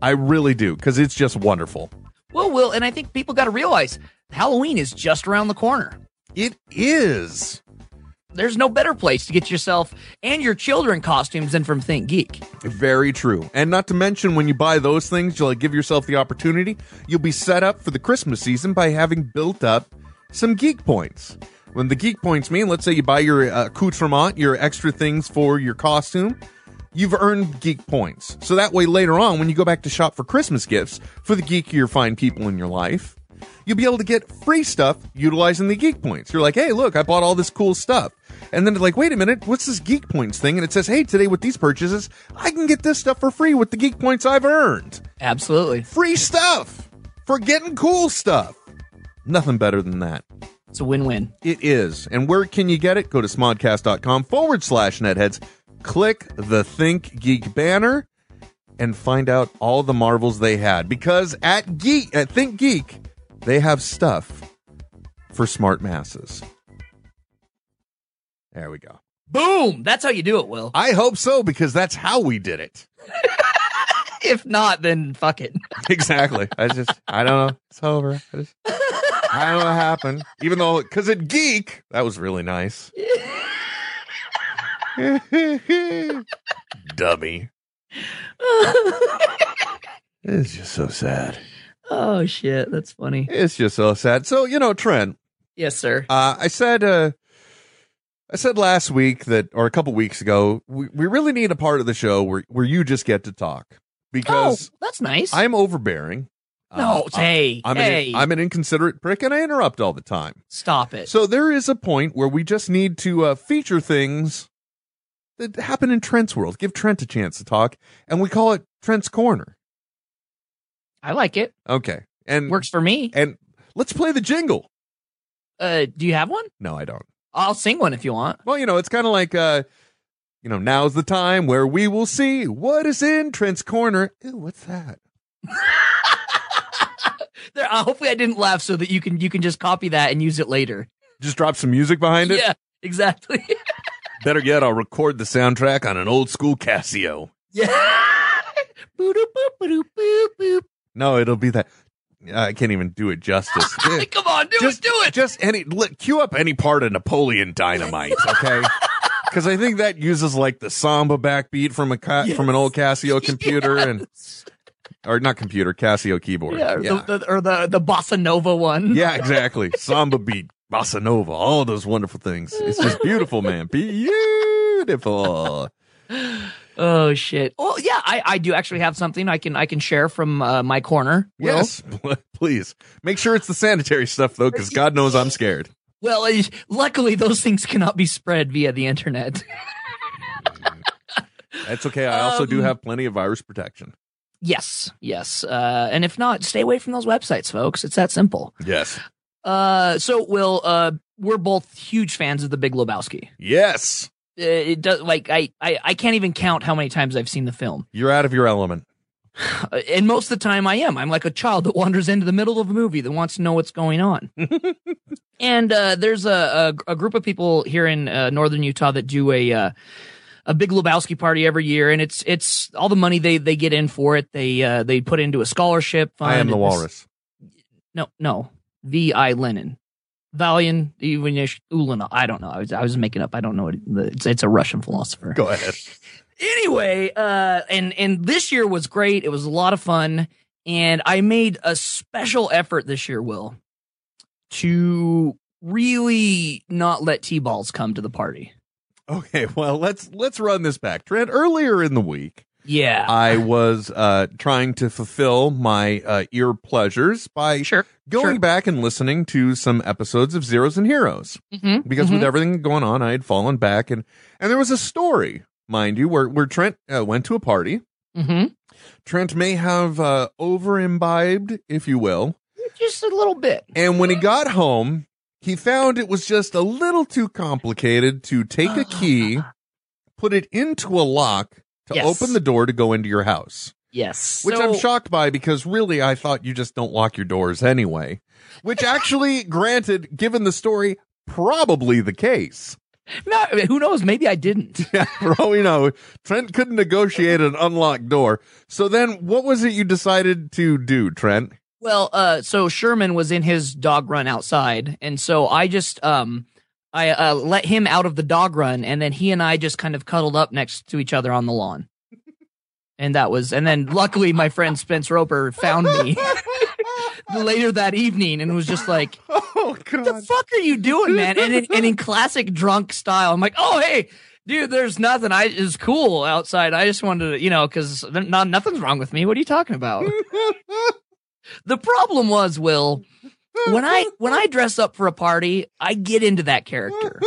B: I really do cuz it's just wonderful.
G: Well, Will, and I think people got to realize Halloween is just around the corner.
B: It is.
G: There's no better place to get yourself and your children costumes than from Think Geek.
B: Very true. And not to mention, when you buy those things, you'll give yourself the opportunity. You'll be set up for the Christmas season by having built up some geek points. When the geek points mean, let's say you buy your uh, accoutrement, your extra things for your costume, you've earned geek points. So that way, later on, when you go back to shop for Christmas gifts for the geekier fine people in your life, you'll be able to get free stuff utilizing the geek points. You're like, hey, look, I bought all this cool stuff. And then it's like, wait a minute, what's this geek points thing? And it says, hey, today with these purchases, I can get this stuff for free with the geek points I've earned.
G: Absolutely.
B: Free stuff for getting cool stuff. Nothing better than that.
G: It's a win-win.
B: It is. And where can you get it? Go to smodcast.com forward slash netheads. Click the Think Geek banner and find out all the marvels they had. Because at Geek at Think Geek, they have stuff for smart masses. There we go.
G: Boom! That's how you do it, Will.
B: I hope so, because that's how we did it.
G: If not, then fuck it.
B: Exactly. I just I don't know. It's over. I, just, I don't know what happened. Even though cause at Geek, that was really nice. Dummy. It's just so sad.
G: oh shit, that's funny.
B: It's just so sad. So, you know, Trent,
G: Yes, sir.
B: uh, I said uh I said last week that or a couple weeks ago, we, we really need a part of the show where where you just get to talk.
G: Oh,
B: Because
G: that's nice.
B: I'm overbearing.
G: no,
B: Uh,
G: hey,
B: I'm
G: hey,
B: an, I'm an inconsiderate prick and I interrupt all the time.
G: stop it.
B: So there is a point where we just need to uh, feature things that happen in Trent's world. Give Trent a chance to talk, and we call it Trent's Corner.
G: I like it.
B: Okay, and
G: Works for me.
B: and let's play the jingle.
G: Uh, do you have one?
B: No, I don't.
G: I'll sing one if you want.
B: Well, you know, it's kind of like uh, you know, now's the time where we will see what is in Trent's Corner. Ooh, what's that?
G: There, uh, hopefully, I didn't laugh so that you can you can just copy that and use it later.
B: Just drop some music behind it.
G: Yeah, exactly.
B: Better yet, I'll record the soundtrack on an old school Casio.
G: yeah. Boo-doop, boop, boop, boop, boop.
B: No, it'll be that. I can't even do it justice.
G: Come on, do
B: just
G: it, do it.
B: Just any look, cue up any part of Napoleon Dynamite, okay? Because I think that uses like the samba backbeat from a ca- from an old Casio computer and or not computer Casio keyboard.
G: yeah,
B: Yeah,
G: or, The, the, or the the bossa nova one.
B: Yeah, exactly. samba beat, bossa nova, all those wonderful things. It's just beautiful, man. Beautiful.
G: Oh shit. Well, yeah, I, I do actually have something I can I can share from uh, my corner. Will.
B: Yes, please make sure it's the sanitary stuff though, because God knows I'm scared.
G: Well, I- luckily those things cannot be spread via the internet.
B: That's okay. I also do
G: Um,
B: have plenty of virus protection.
G: yes, yes. Uh, and if not, stay away from those websites, folks. It's that simple.
B: Yes.
G: Uh, so, Will, uh, we're both huge fans of The Big Lebowski.
B: Yes.
G: Uh, It does like I, I I can't even count how many times I've seen the film,
B: You're out of your element.
G: Uh, and most of the time I am. I'm like a child that wanders into the middle of a movie that wants to know what's going on. and uh, there's a, a a group of people here in uh, northern Utah that do a uh, a big Lebowski party every year, and it's it's all the money they they get in for it. They uh, they put into a scholarship. Fund
B: I am the
G: and this-
B: walrus.
G: No, no. V. I. Lenin. Valian Ivanish Ulana. I don't know. I was, I was making up. I don't know. What it, it's, it's a Russian philosopher.
B: Go ahead.
G: Anyway, uh, and and this year was great. It was a lot of fun, and I made a special effort this year, Will, to really not let T-balls come to the party.
B: Okay, well let's let's run this back. Trent, earlier in the week,
G: Yeah.
B: I was uh, trying to fulfill my uh, ear pleasures by
G: sure.
B: going
G: sure.
B: back and listening to some episodes of Zeros and Heroes
G: Mhm,
B: because
G: mhm.
B: with everything going on, I had fallen back and and there was a story, mind you, where where Trent uh, went to a party.
G: Mhm.
B: Trent may have uh, over imbibed, if you will,
G: just a little bit.
B: And when he got home, he found it was just a little too complicated to take a key, put it into a lock to
G: Yes.
B: open the door to go into your house,
G: Yes.
B: which I'm
G: So-
B: shocked by because really I thought you just don't lock your doors anyway, which actually, granted, given the story, probably the case.
G: No, who knows? Maybe I didn't.
B: Yeah, for all we know, Trent couldn't negotiate an unlocked door. So then what was it you decided to do, Trent?
G: Well, uh, so Sherman was in his dog run outside, and so I just um, I uh, let him out of the dog run, and then he and I just kind of cuddled up next to each other on the lawn, and that was, and then luckily my friend Spence Roper found me later that evening and was just like,
B: Oh,
G: "What the fuck are you doing, man?" And in, and in classic drunk style, I'm like, "Oh, hey." Dude, there's nothing. I it's cool outside. I just wanted to, you know, because not nothing's wrong with me. What are you talking about? the problem was will when i when i dress up for a party i get into that character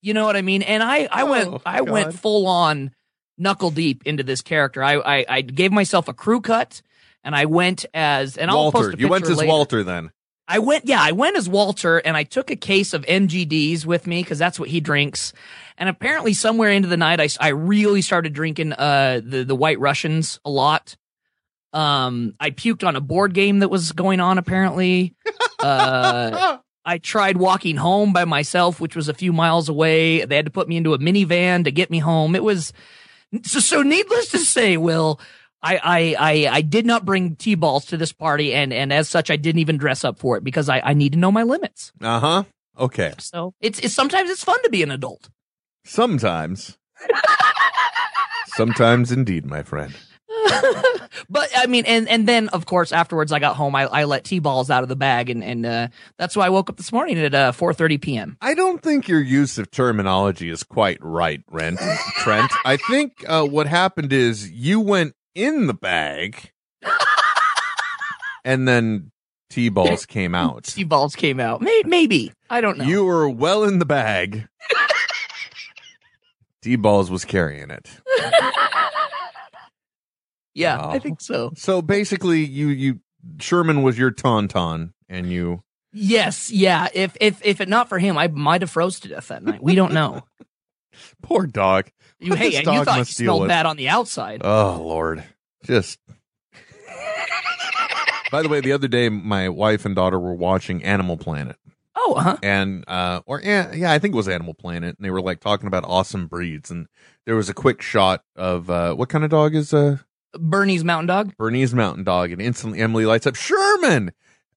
G: you know what i mean and i i went
B: Oh,
G: i went
B: God.
G: full on knuckle deep into this character I, I i gave myself a crew cut and i went as and i'll
B: Walter,
G: post a
B: you went
G: picture
B: as
G: later.
B: Walter then.
G: I went, yeah, I went as Walter and I took a case of MGDs with me because that's what he drinks. And apparently, somewhere into the night, I, s- I really started drinking uh, the, the White Russians a lot. Um, I puked on a board game that was going on, apparently. Uh, I tried walking home by myself, which was a few miles away. They had to put me into a minivan to get me home. It was so, so needless to say, Will, I, I, I, I did not bring T balls to this party. And, and as such, I didn't even dress up for it because I, I need to know my limits.
B: Uh huh. Okay.
G: So it's, it's sometimes it's fun to be an adult.
B: Sometimes. Sometimes indeed, my friend.
G: but I mean, and, and then of course afterwards I got home, I, I let T balls out of the bag, and and uh, that's why I woke up this morning at uh, four thirty p.m.
B: I don't think your use of terminology is quite right, Rent Trent. I think uh, what happened is you went in the bag and then T balls came out.
G: T balls came out, May- maybe I don't know.
B: You were well in the bag. T balls was carrying it.
G: yeah,
B: Wow.
G: I think so.
B: So basically you you Sherman was your tauntaun and you
G: Yes, yeah. If if if it not for him, I might have froze to death that night. We don't know.
B: poor dog.
G: You
B: What
G: hey,
B: this
G: and
B: dog
G: you thought you
B: must deal
G: smelled
B: with.
G: bad on the outside.
B: Oh Lord, just. By the way, the other day my wife and daughter were watching Animal Planet,
G: oh, huh.
B: and uh, or yeah, yeah, I think it was Animal Planet, and they were like talking about awesome breeds, and there was a quick shot of uh, what kind of dog is uh
G: Bernie's Mountain Dog.
B: Bernie's mountain dog, and instantly Emily lights up. Sherman,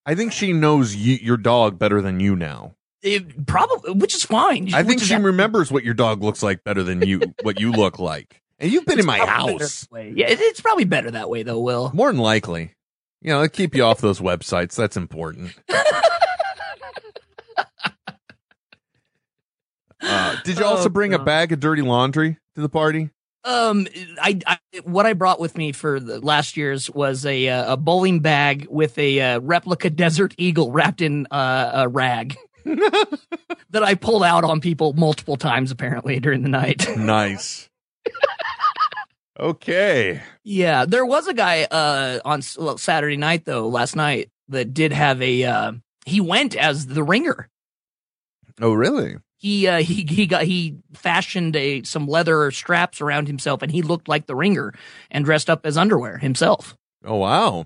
B: I think she knows you, your dog better than you now.
G: It probably, which is fine.
B: I think
G: Which is
B: she remembers what your dog looks like better than you what you look like. And you've been in my
G: probably better
B: house.
G: that way. Yeah, it, it's probably better that way though. Will
B: More than likely. You know, they keep you off those websites. That's important. Uh, did you also
G: Oh,
B: bring a
G: God.
B: bag of dirty laundry to the party?
G: Um, I, I what I brought with me for the last year's was a uh, a bowling bag with a uh, replica Desert Eagle wrapped in uh, a rag that I pulled out on people multiple times apparently during the night.
B: Nice. okay.
G: yeah, there was a guy uh on s- well, Saturday night though last night that did have a uh, he went as the ringer.
B: Oh, really?
G: He uh, he he got he fashioned a some leather straps around himself and he looked like the ringer and dressed up as underwear himself.
B: Oh, wow.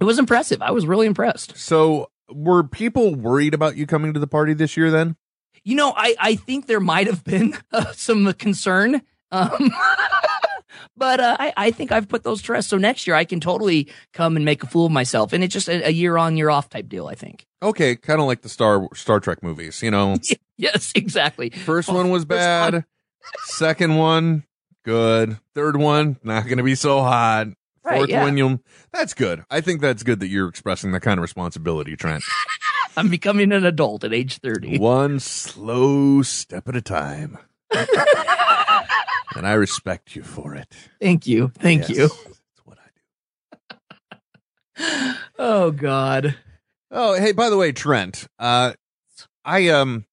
G: It was impressive. I was really impressed.
B: So, were people worried about you coming to the party this year then?
G: You know, I, I think there might have been uh, some concern. Um, but uh, I, I think I've put those to rest. So next year I can totally come and make a fool of myself. And it's just a, a year on, year off type deal, I think.
B: Okay, kind of like the Star Star Trek movies, you know.
G: Yes, exactly.
B: First one was bad. Second one, good. Third one, not going to be so hot.
G: Right,
B: Fourth
G: yeah.
B: one, you'll, that's good. I think that's good that you're expressing that kind of responsibility, Trent.
G: I'm becoming an adult at age 30.
B: one slow step at a time. and I respect you for it.
G: Thank you. Thank
B: Yes,
G: you.
B: That's what I do.
G: Oh, God.
B: Oh, hey, by the way, Trent, uh, I, um,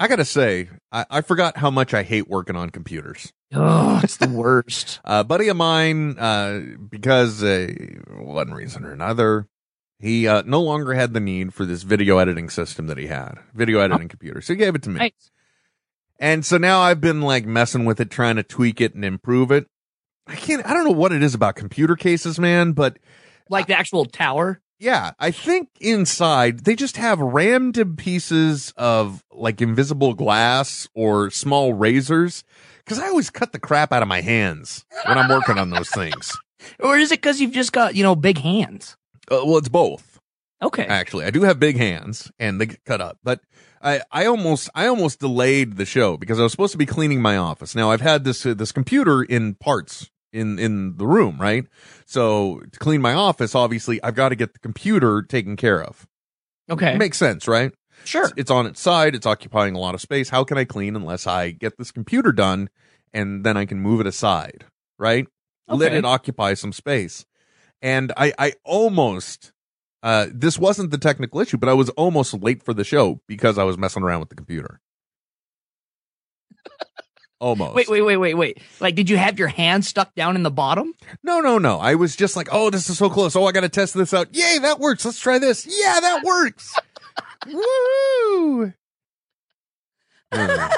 B: I gotta say, I, I forgot how much I hate working on computers.
G: Oh, it's the worst.
B: a buddy of mine uh because uh, one reason or another he uh, no longer had the need for this video editing system that he had video editing computer so he gave it to me
G: Nice.
B: and so now i've been like messing with it trying to tweak it and improve it i can't i don't know what it is about computer cases man but
G: Like the actual tower.
B: yeah i think inside they just have rammed in pieces of like invisible glass or small razors because i always cut the crap out of my hands when i'm working on those things
G: Or is it because you've just got, you know, big hands?
B: Uh, well, it's both
G: Okay.
B: actually. I do have big hands, and they get cut up. But I, I almost, I almost delayed the show because I was supposed to be cleaning my office. Now I've had this uh, this computer in parts in in the room, right? So to clean my office, obviously, I've got to get the computer taken care of.
G: Okay.
B: It makes sense, right?
G: sure.
B: It's on its side. It's occupying a lot of space. How can I clean unless I get this computer done and then I can move it aside, right? Let
G: Okay.
B: it occupy some space. And I, I almost, uh, this wasn't the technical issue, but I was almost late for the show because I was messing around with the computer. almost.
G: Wait, wait, wait, wait, wait. Like, did you have your hand stuck down in the bottom?
B: No, no, no. I was just like, oh, this is so close. Oh, I got to test this out. Yay, that works. Let's try this. Yeah, that works. Woo! Mm.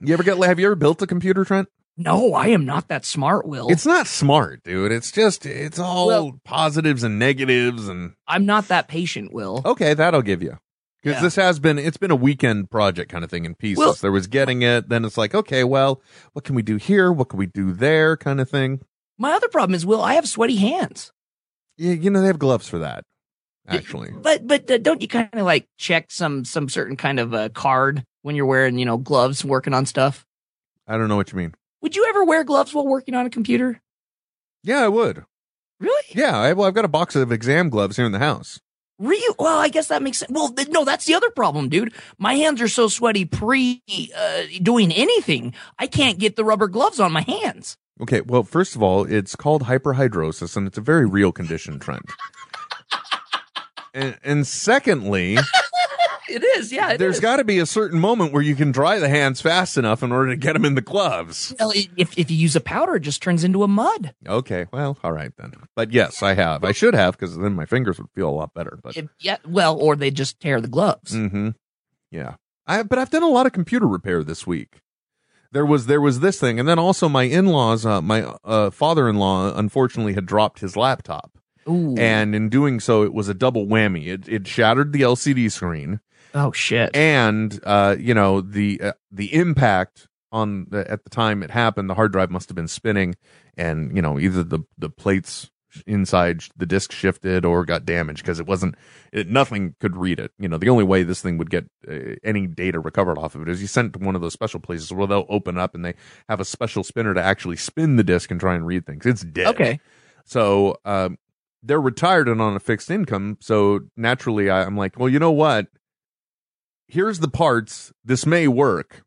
B: you ever get? Have you ever built a computer, Trent?
G: No, I am not that smart, Will.
B: It's not smart, dude. It's just it's all
G: Well-
B: positives and negatives, and
G: I'm not that patient, Will.
B: okay, that'll give you. Because
G: Yeah.
B: this has been it's been a weekend project kind of thing in pieces.
G: Well-
B: there was getting it, then it's like, okay, well, what can we do here? What can we do there? Kind of thing.
G: My other problem is, Will, I have sweaty hands.
B: Yeah, you know they have gloves for that. Actually,
G: But but uh, don't you kind of like check some some certain kind of uh, card when you're wearing you know gloves working on stuff?
B: I don't know what you mean.
G: Would you ever wear gloves while working on a computer?
B: Yeah, I would.
G: Really?
B: Yeah, I, well, I've got a box of exam gloves here in the house.
G: Real? Well, I guess that makes sense. Well, th- no, that's the other problem, dude. My hands are so sweaty pre uh, doing anything. I can't get the rubber gloves on my hands.
B: Okay, well, first of all, it's called hyperhidrosis, and it's a very real condition, Trent. and, and secondly,
G: It is, yeah. it
B: there's
G: is.
B: got to be a certain moment where you can dry the hands fast enough in order to get them in the gloves.
G: Well, i- if if you use a powder, it just turns into a mud.
B: Okay, well, all right then. But yes, I have. I should have because then my fingers would feel a lot better. But
G: If- yeah, well, or they just tear the gloves.
B: Mm-hmm. Yeah. I but I've done a lot of computer repair this week. There was there was this thing, and then also my in laws, uh, my uh, father in law, unfortunately had dropped his laptop,
G: Ooh.
B: and in doing so, it was a double whammy. It it shattered the LCD screen,
G: oh shit.
B: and uh, you know the uh, the impact on the, at the time it happened, the hard drive must have been spinning, and you know either the the plates inside the disk shifted or got damaged because it wasn't it, nothing could read it. You know the only way this thing would get uh, any data recovered off of it is you sent it to one of those special places where they'll open up and they have a special spinner to actually spin the disk and try and read things. It's dead.
G: Okay.
B: So um, they're retired and on a fixed income. So naturally, I, I'm like, well, you know what? Here's the parts. This may work.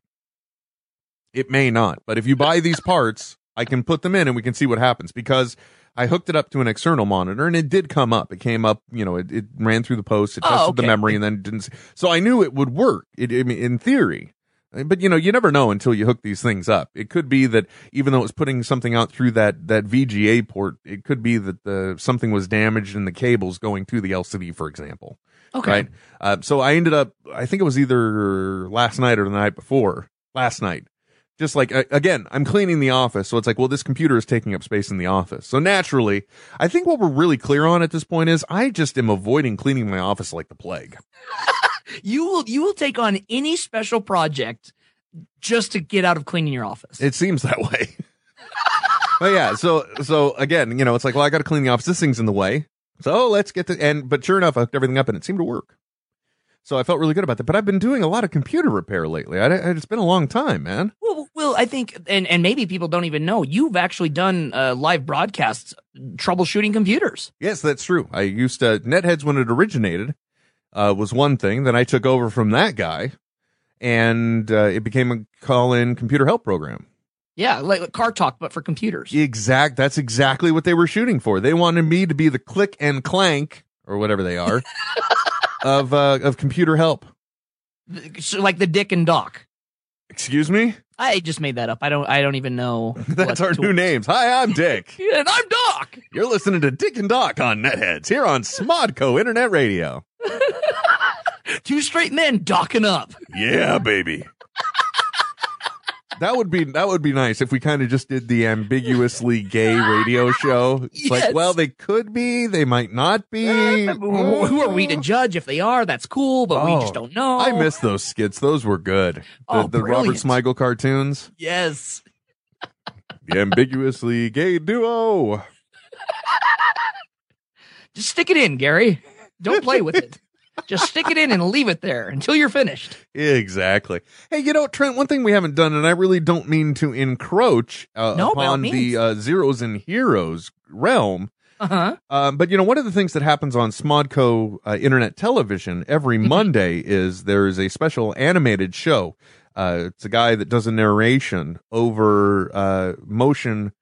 B: It may not. But if you buy these parts, I can put them in and we can see what happens because I hooked it up to an external monitor and it did come up. It came up, you know, it, it ran through the post, it
G: Oh,
B: tested the
G: okay.
B: memory and then didn't. s- So I knew it would work it, I mean, in theory. Uh, But you know, you never know until you hook these things up. It could be that even though it was putting something out through that that VGA port, it could be that the something was damaged in the cables going to the LCD, for example.
G: Okay.
B: Right. Uh, so I ended up, I think it was either last night or the night before. Last night, just like a- again i'm cleaning the office so it's like well this computer is taking up space in the office so naturally i think what we're really clear on at this point is i just am avoiding cleaning my office like the plague
G: You will you will take on any special project just to get out of cleaning your office.
B: it seems that way but yeah so so again you know it's like well i gotta clean the office this thing's in the way so let's get to and but sure enough i hooked everything up and it seemed to work so i felt really good about that but i've been doing a lot of computer repair lately I, I- it's been a long time man
G: well, well, I think, and and maybe people don't even know you've actually done uh, live broadcasts troubleshooting computers.
B: Yes, that's true. I used to netheads when it originated uh, was one thing. Then I took over from that guy, and uh, it became a call-in computer help program.
G: Yeah, like, like car talk, but for computers.
B: Exact. That's exactly what they were shooting for. They wanted me to be the click and clank or whatever they are of uh, of computer help.
G: So, like the Dick and Doc.
B: Excuse me.
G: I just made that up. I don't. I don't even know.
B: That's
G: what
B: our
G: to-
B: new names. Hi, I'm Dick.
G: And I'm Doc.
B: You're listening to Dick and Doc on Netheads here on Smodco Internet Radio.
G: Two straight men docking up.
B: Yeah, baby. that would be that would be nice if we kind of just did the ambiguously gay radio show. It's
G: Yes.
B: like, well, they could be, they might not be.
G: Who who are we to judge if they are? That's cool, but we
B: Oh,
G: just don't know.
B: I miss those skits. Those were good. The,
G: Oh,
B: the Robert
G: brilliant.
B: Smigel cartoons.
G: Yes.
B: The ambiguously gay duo.
G: Just stick it in, Gary. Don't play with it. Just stick it in and leave it there until you're finished.
B: Exactly. Hey, you know, Trent, one thing we haven't done, and I really don't mean to encroach uh,
G: No, by all
B: upon
G: means.
B: the uh, zeros and heroes realm,
G: Uh huh.
B: Um, but you know, one of the things that happens on Smodco uh, Internet Television every Monday is there is a special animated show. Uh, it's a guy that does a narration over uh, motion.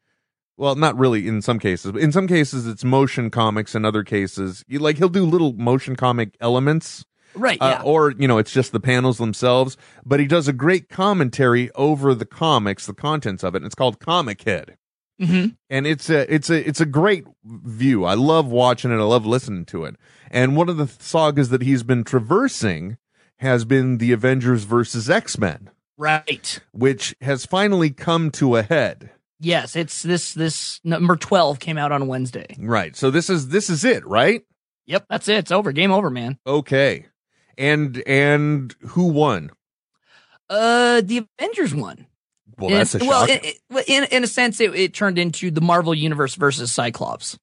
B: Well, not really in some cases, but in some cases it's motion comics. In other cases, you, like he'll do little motion comic elements,
G: Right.
B: uh,
G: yeah.
B: or you know, it's just the panels themselves. But he does a great commentary over the comics, the contents of it. And it's called Comic Head oh.
G: hmm
B: and it's a it's a it's a great view. I love watching it. I love listening to it. And one of the sagas that he's been traversing has been the Avengers versus X Men,
G: Right.
B: which has finally come to a head.
G: Yes. It's this. This number twelve came out on Wednesday.
B: Right. So this is this is it, right?
G: Yep. That's it. It's over. Game over, man.
B: Okay. And and who won?
G: Uh, the Avengers won.
B: Well,
G: In-
B: that's a shock.
G: well, it- it- well, in in a sense, it, it turned into the Marvel Universe versus Cyclops.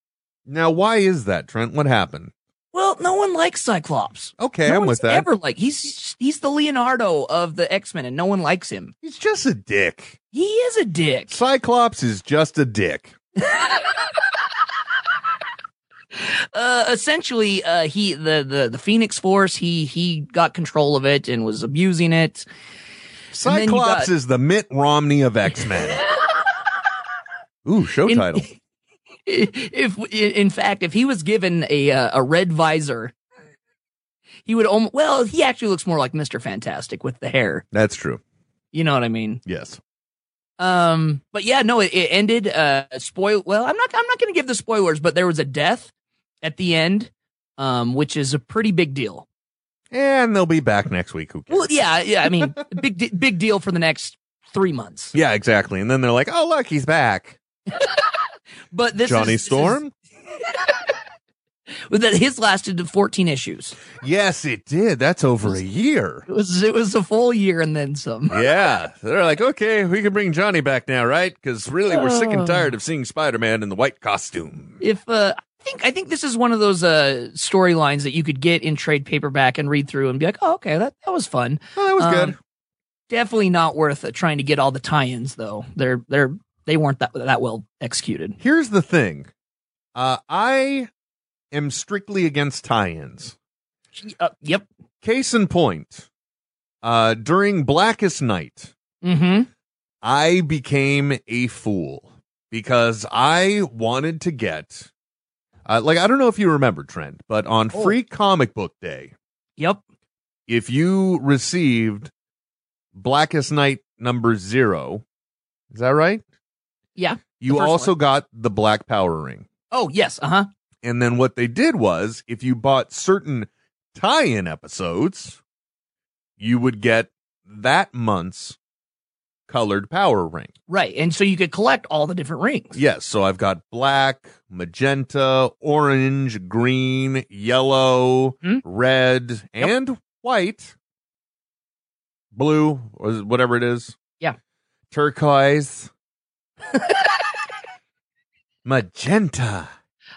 B: now, why is that, Trent? What happened?
G: Well, no one likes Cyclops.
B: Okay,
G: no
B: I'm
G: one's
B: with that.
G: Ever like he's he's the Leonardo of the X Men, and no one likes him.
B: he's just a dick.
G: He is a dick.
B: Cyclops is just a dick.
G: uh, essentially, uh, he the, the the Phoenix Force. He he got control of it and was abusing it. And then you
B: Cyclops
G: got-
B: is the Mitt Romney of X Men. Ooh, show
G: In-
B: title.
G: If in fact, if he was given a uh, a red visor, he would. Om- well, he actually looks more like Mister Fantastic with the hair.
B: That's true.
G: You know what I mean?
B: Yes.
G: Um, but yeah, no, it, it ended. Uh, spoil. Well, I'm not. I'm not going to give the spoilers, but there was a death at the end, um, which is a pretty big deal.
B: And they'll be back next week. Who cares?
G: Well, yeah, yeah. I mean, big de- big deal for the next three months.
B: yeah, exactly. And then they're like, "Oh, look, he's back,
G: But this
B: Johnny
G: is, this is-
B: Storm."
G: But that his lasted 14 issues.
B: Yes, it did. That's over a year.
G: It was it was a full year and then some.
B: Yeah. They're like, okay, we can bring Johnny back now, right? Because really, we're sick
G: Uh.
B: and tired of seeing Spider Man in the white costume.
G: If uh, I think I think this is one of those uh, storylines that you could get in trade paperback and read through and be like, oh okay, that that was fun.
B: Oh, that was
G: Um,
B: good.
G: Definitely not worth uh, trying to get all the tie-ins though. They're they're they weren't that that well executed.
B: Here's the thing uh, I am strictly against tie ins.
G: Uh, yep.
B: Case in point, uh, during Blackest Night,
G: Mm-hmm.
B: I became a fool because I wanted to get, uh, like, I don't know if you remember, Trent, but on
G: Oh.
B: Free Comic Book Day,
G: Yep.
B: if you received Blackest Night number zero, is that right?
G: Yeah,
B: You
G: first
B: also got the Black Power Ring.
G: Oh yes. Uh huh.
B: And then what they did was if you bought certain tie in episodes, you would get that month's colored power ring.
G: Right. And so you could collect all the different rings.
B: Yes, so I've got black, magenta, orange, green, yellow,
G: Hmm?
B: red, and white, blue, or whatever it is.
G: Yeah.
B: Turquoise, magenta.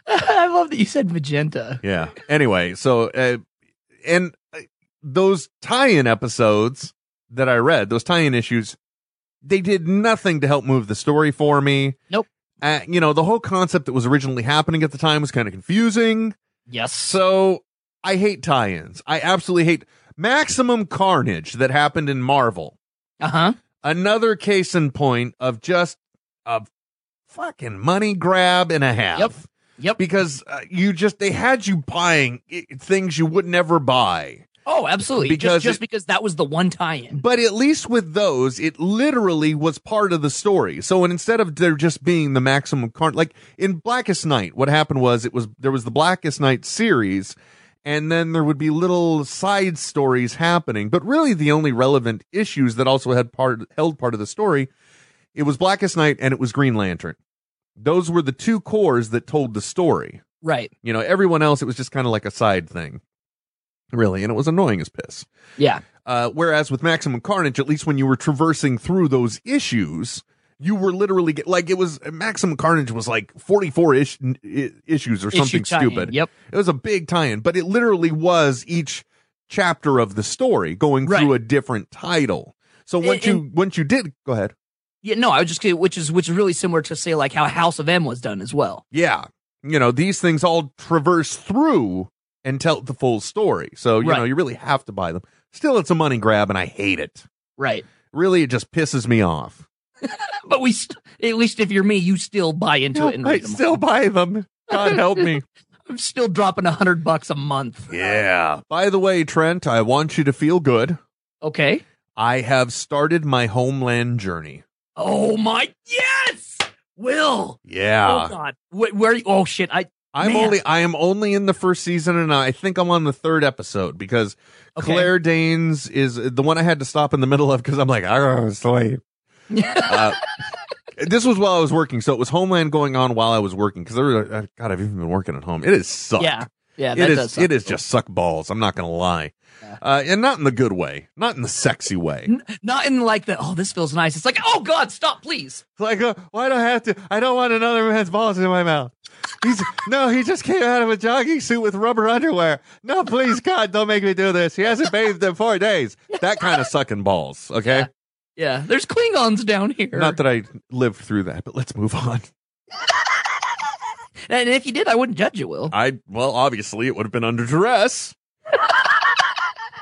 G: I love that you said magenta.
B: Yeah. Anyway, so uh, and uh, those tie-in episodes that I read, those tie-in issues, they did nothing to help move the story for me.
G: Nope.
B: Uh, you know, the whole concept that was originally happening at the time was kind of confusing.
G: Yes.
B: So I hate tie-ins. I absolutely hate maximum carnage that happened in Marvel.
G: Uh huh.
B: Another case in point of just a fucking money grab and a half
G: Yep. Yep.
B: because uh, you just they had you buying i- things you would never buy
G: Oh, absolutely.
B: Because
G: just just
B: it-
G: because that was the one tie-in.
B: but at least with those it literally was part of the story so instead of there just being the maximum card like in blackest night what happened was it was there was the blackest night series and then there would be little side stories happening but really the only relevant issues that also had part held part of the story it was blackest night and it was green lantern those were the two cores that told the story
G: Right.
B: You know, everyone else, it was just kind of like a side thing, really, and it was annoying as piss.
G: Yeah.
B: Uh, whereas with Maximum Carnage, at least when you were traversing through those issues, you were literally get, like it was Maximum Carnage was like forty four ish i- issues or
G: Issue
B: something
G: tie-in.
B: stupid.
G: Yep.
B: It was a big tie-in, but it literally was each chapter of the story going
G: Right.
B: through a different title. So
G: And-
B: once you once you did go ahead,
G: Yeah. No, I was just kidding, which is which is really similar to say like how House of M was done as well.
B: yeah, you know, these things all traverse through and tell the full story. So, you
G: Right.
B: know, you really have to buy them. Still, it's a money grab and I hate it.
G: Right.
B: Really, it just pisses me off.
G: But we st- at least if you're me, you still buy into it and
B: I
G: read them.
B: still buy them. God help me.
G: I'm still dropping a hundred bucks a month.
B: yeah. By the way, Trent, I want you to feel good.
G: Okay.
B: I have started my homeland journey.
G: Oh my yes, Will. oh
B: Yeah.
G: God, Wh- where? are you- Oh shit, I
B: I'm
G: man.
B: only I am only in the first season and I think I'm on the third episode because
G: Okay.
B: Claire Danes is the one I had to stop in the middle of because I'm like, I gotta sleep. Uh, this was while I was working, so it was Homeland going on while I was working because there were, uh, God, I've even been working at home. It is suck.
G: yeah yeah that
B: it
G: does
B: is.
G: suck.
B: It is just suck balls. I'm not gonna lie, uh, and not in the good way, not in the sexy way.
G: not in like the oh this feels nice. It's like oh God, stop please.
B: Like, uh, why do I have to? I don't want another man's balls in my mouth. He's no, he just came out of a jogging suit with rubber underwear. No, please, God, don't make me do this. He hasn't bathed in four days. That kind of sucking balls. Okay,
G: Yeah, there's Klingons down here.
B: not that I lived through that, but let's move on.
G: and if you did, I wouldn't judge you, Will.
B: I well, obviously it would have been under duress.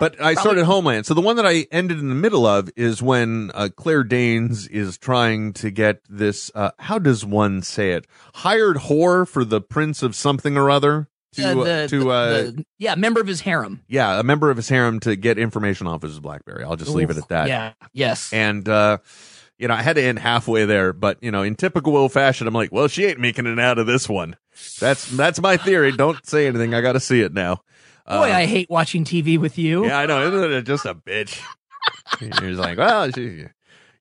B: but I started Homeland. So the one that I ended in the middle of is when uh, Claire Danes is trying to get this. Uh, how does one say it? Hired whore for the prince of something or other to
G: Uh,
B: uh,
G: the-
B: to
G: the-
B: uh,
G: the- yeah, member of his harem.
B: yeah, a member of his harem to get information off his BlackBerry. I'll just leave it at that.
G: Yeah. Yes.
B: And uh, you know, I had to end halfway there, but you know, in typical Will fashion, I'm like, well, she ain't making it out of this one. That's that's my theory. Don't say anything. I got to see it now. Uh,
G: Boy, I hate watching TV with you.
B: Yeah, I know. Isn't it just a bitch? He's like, well, she,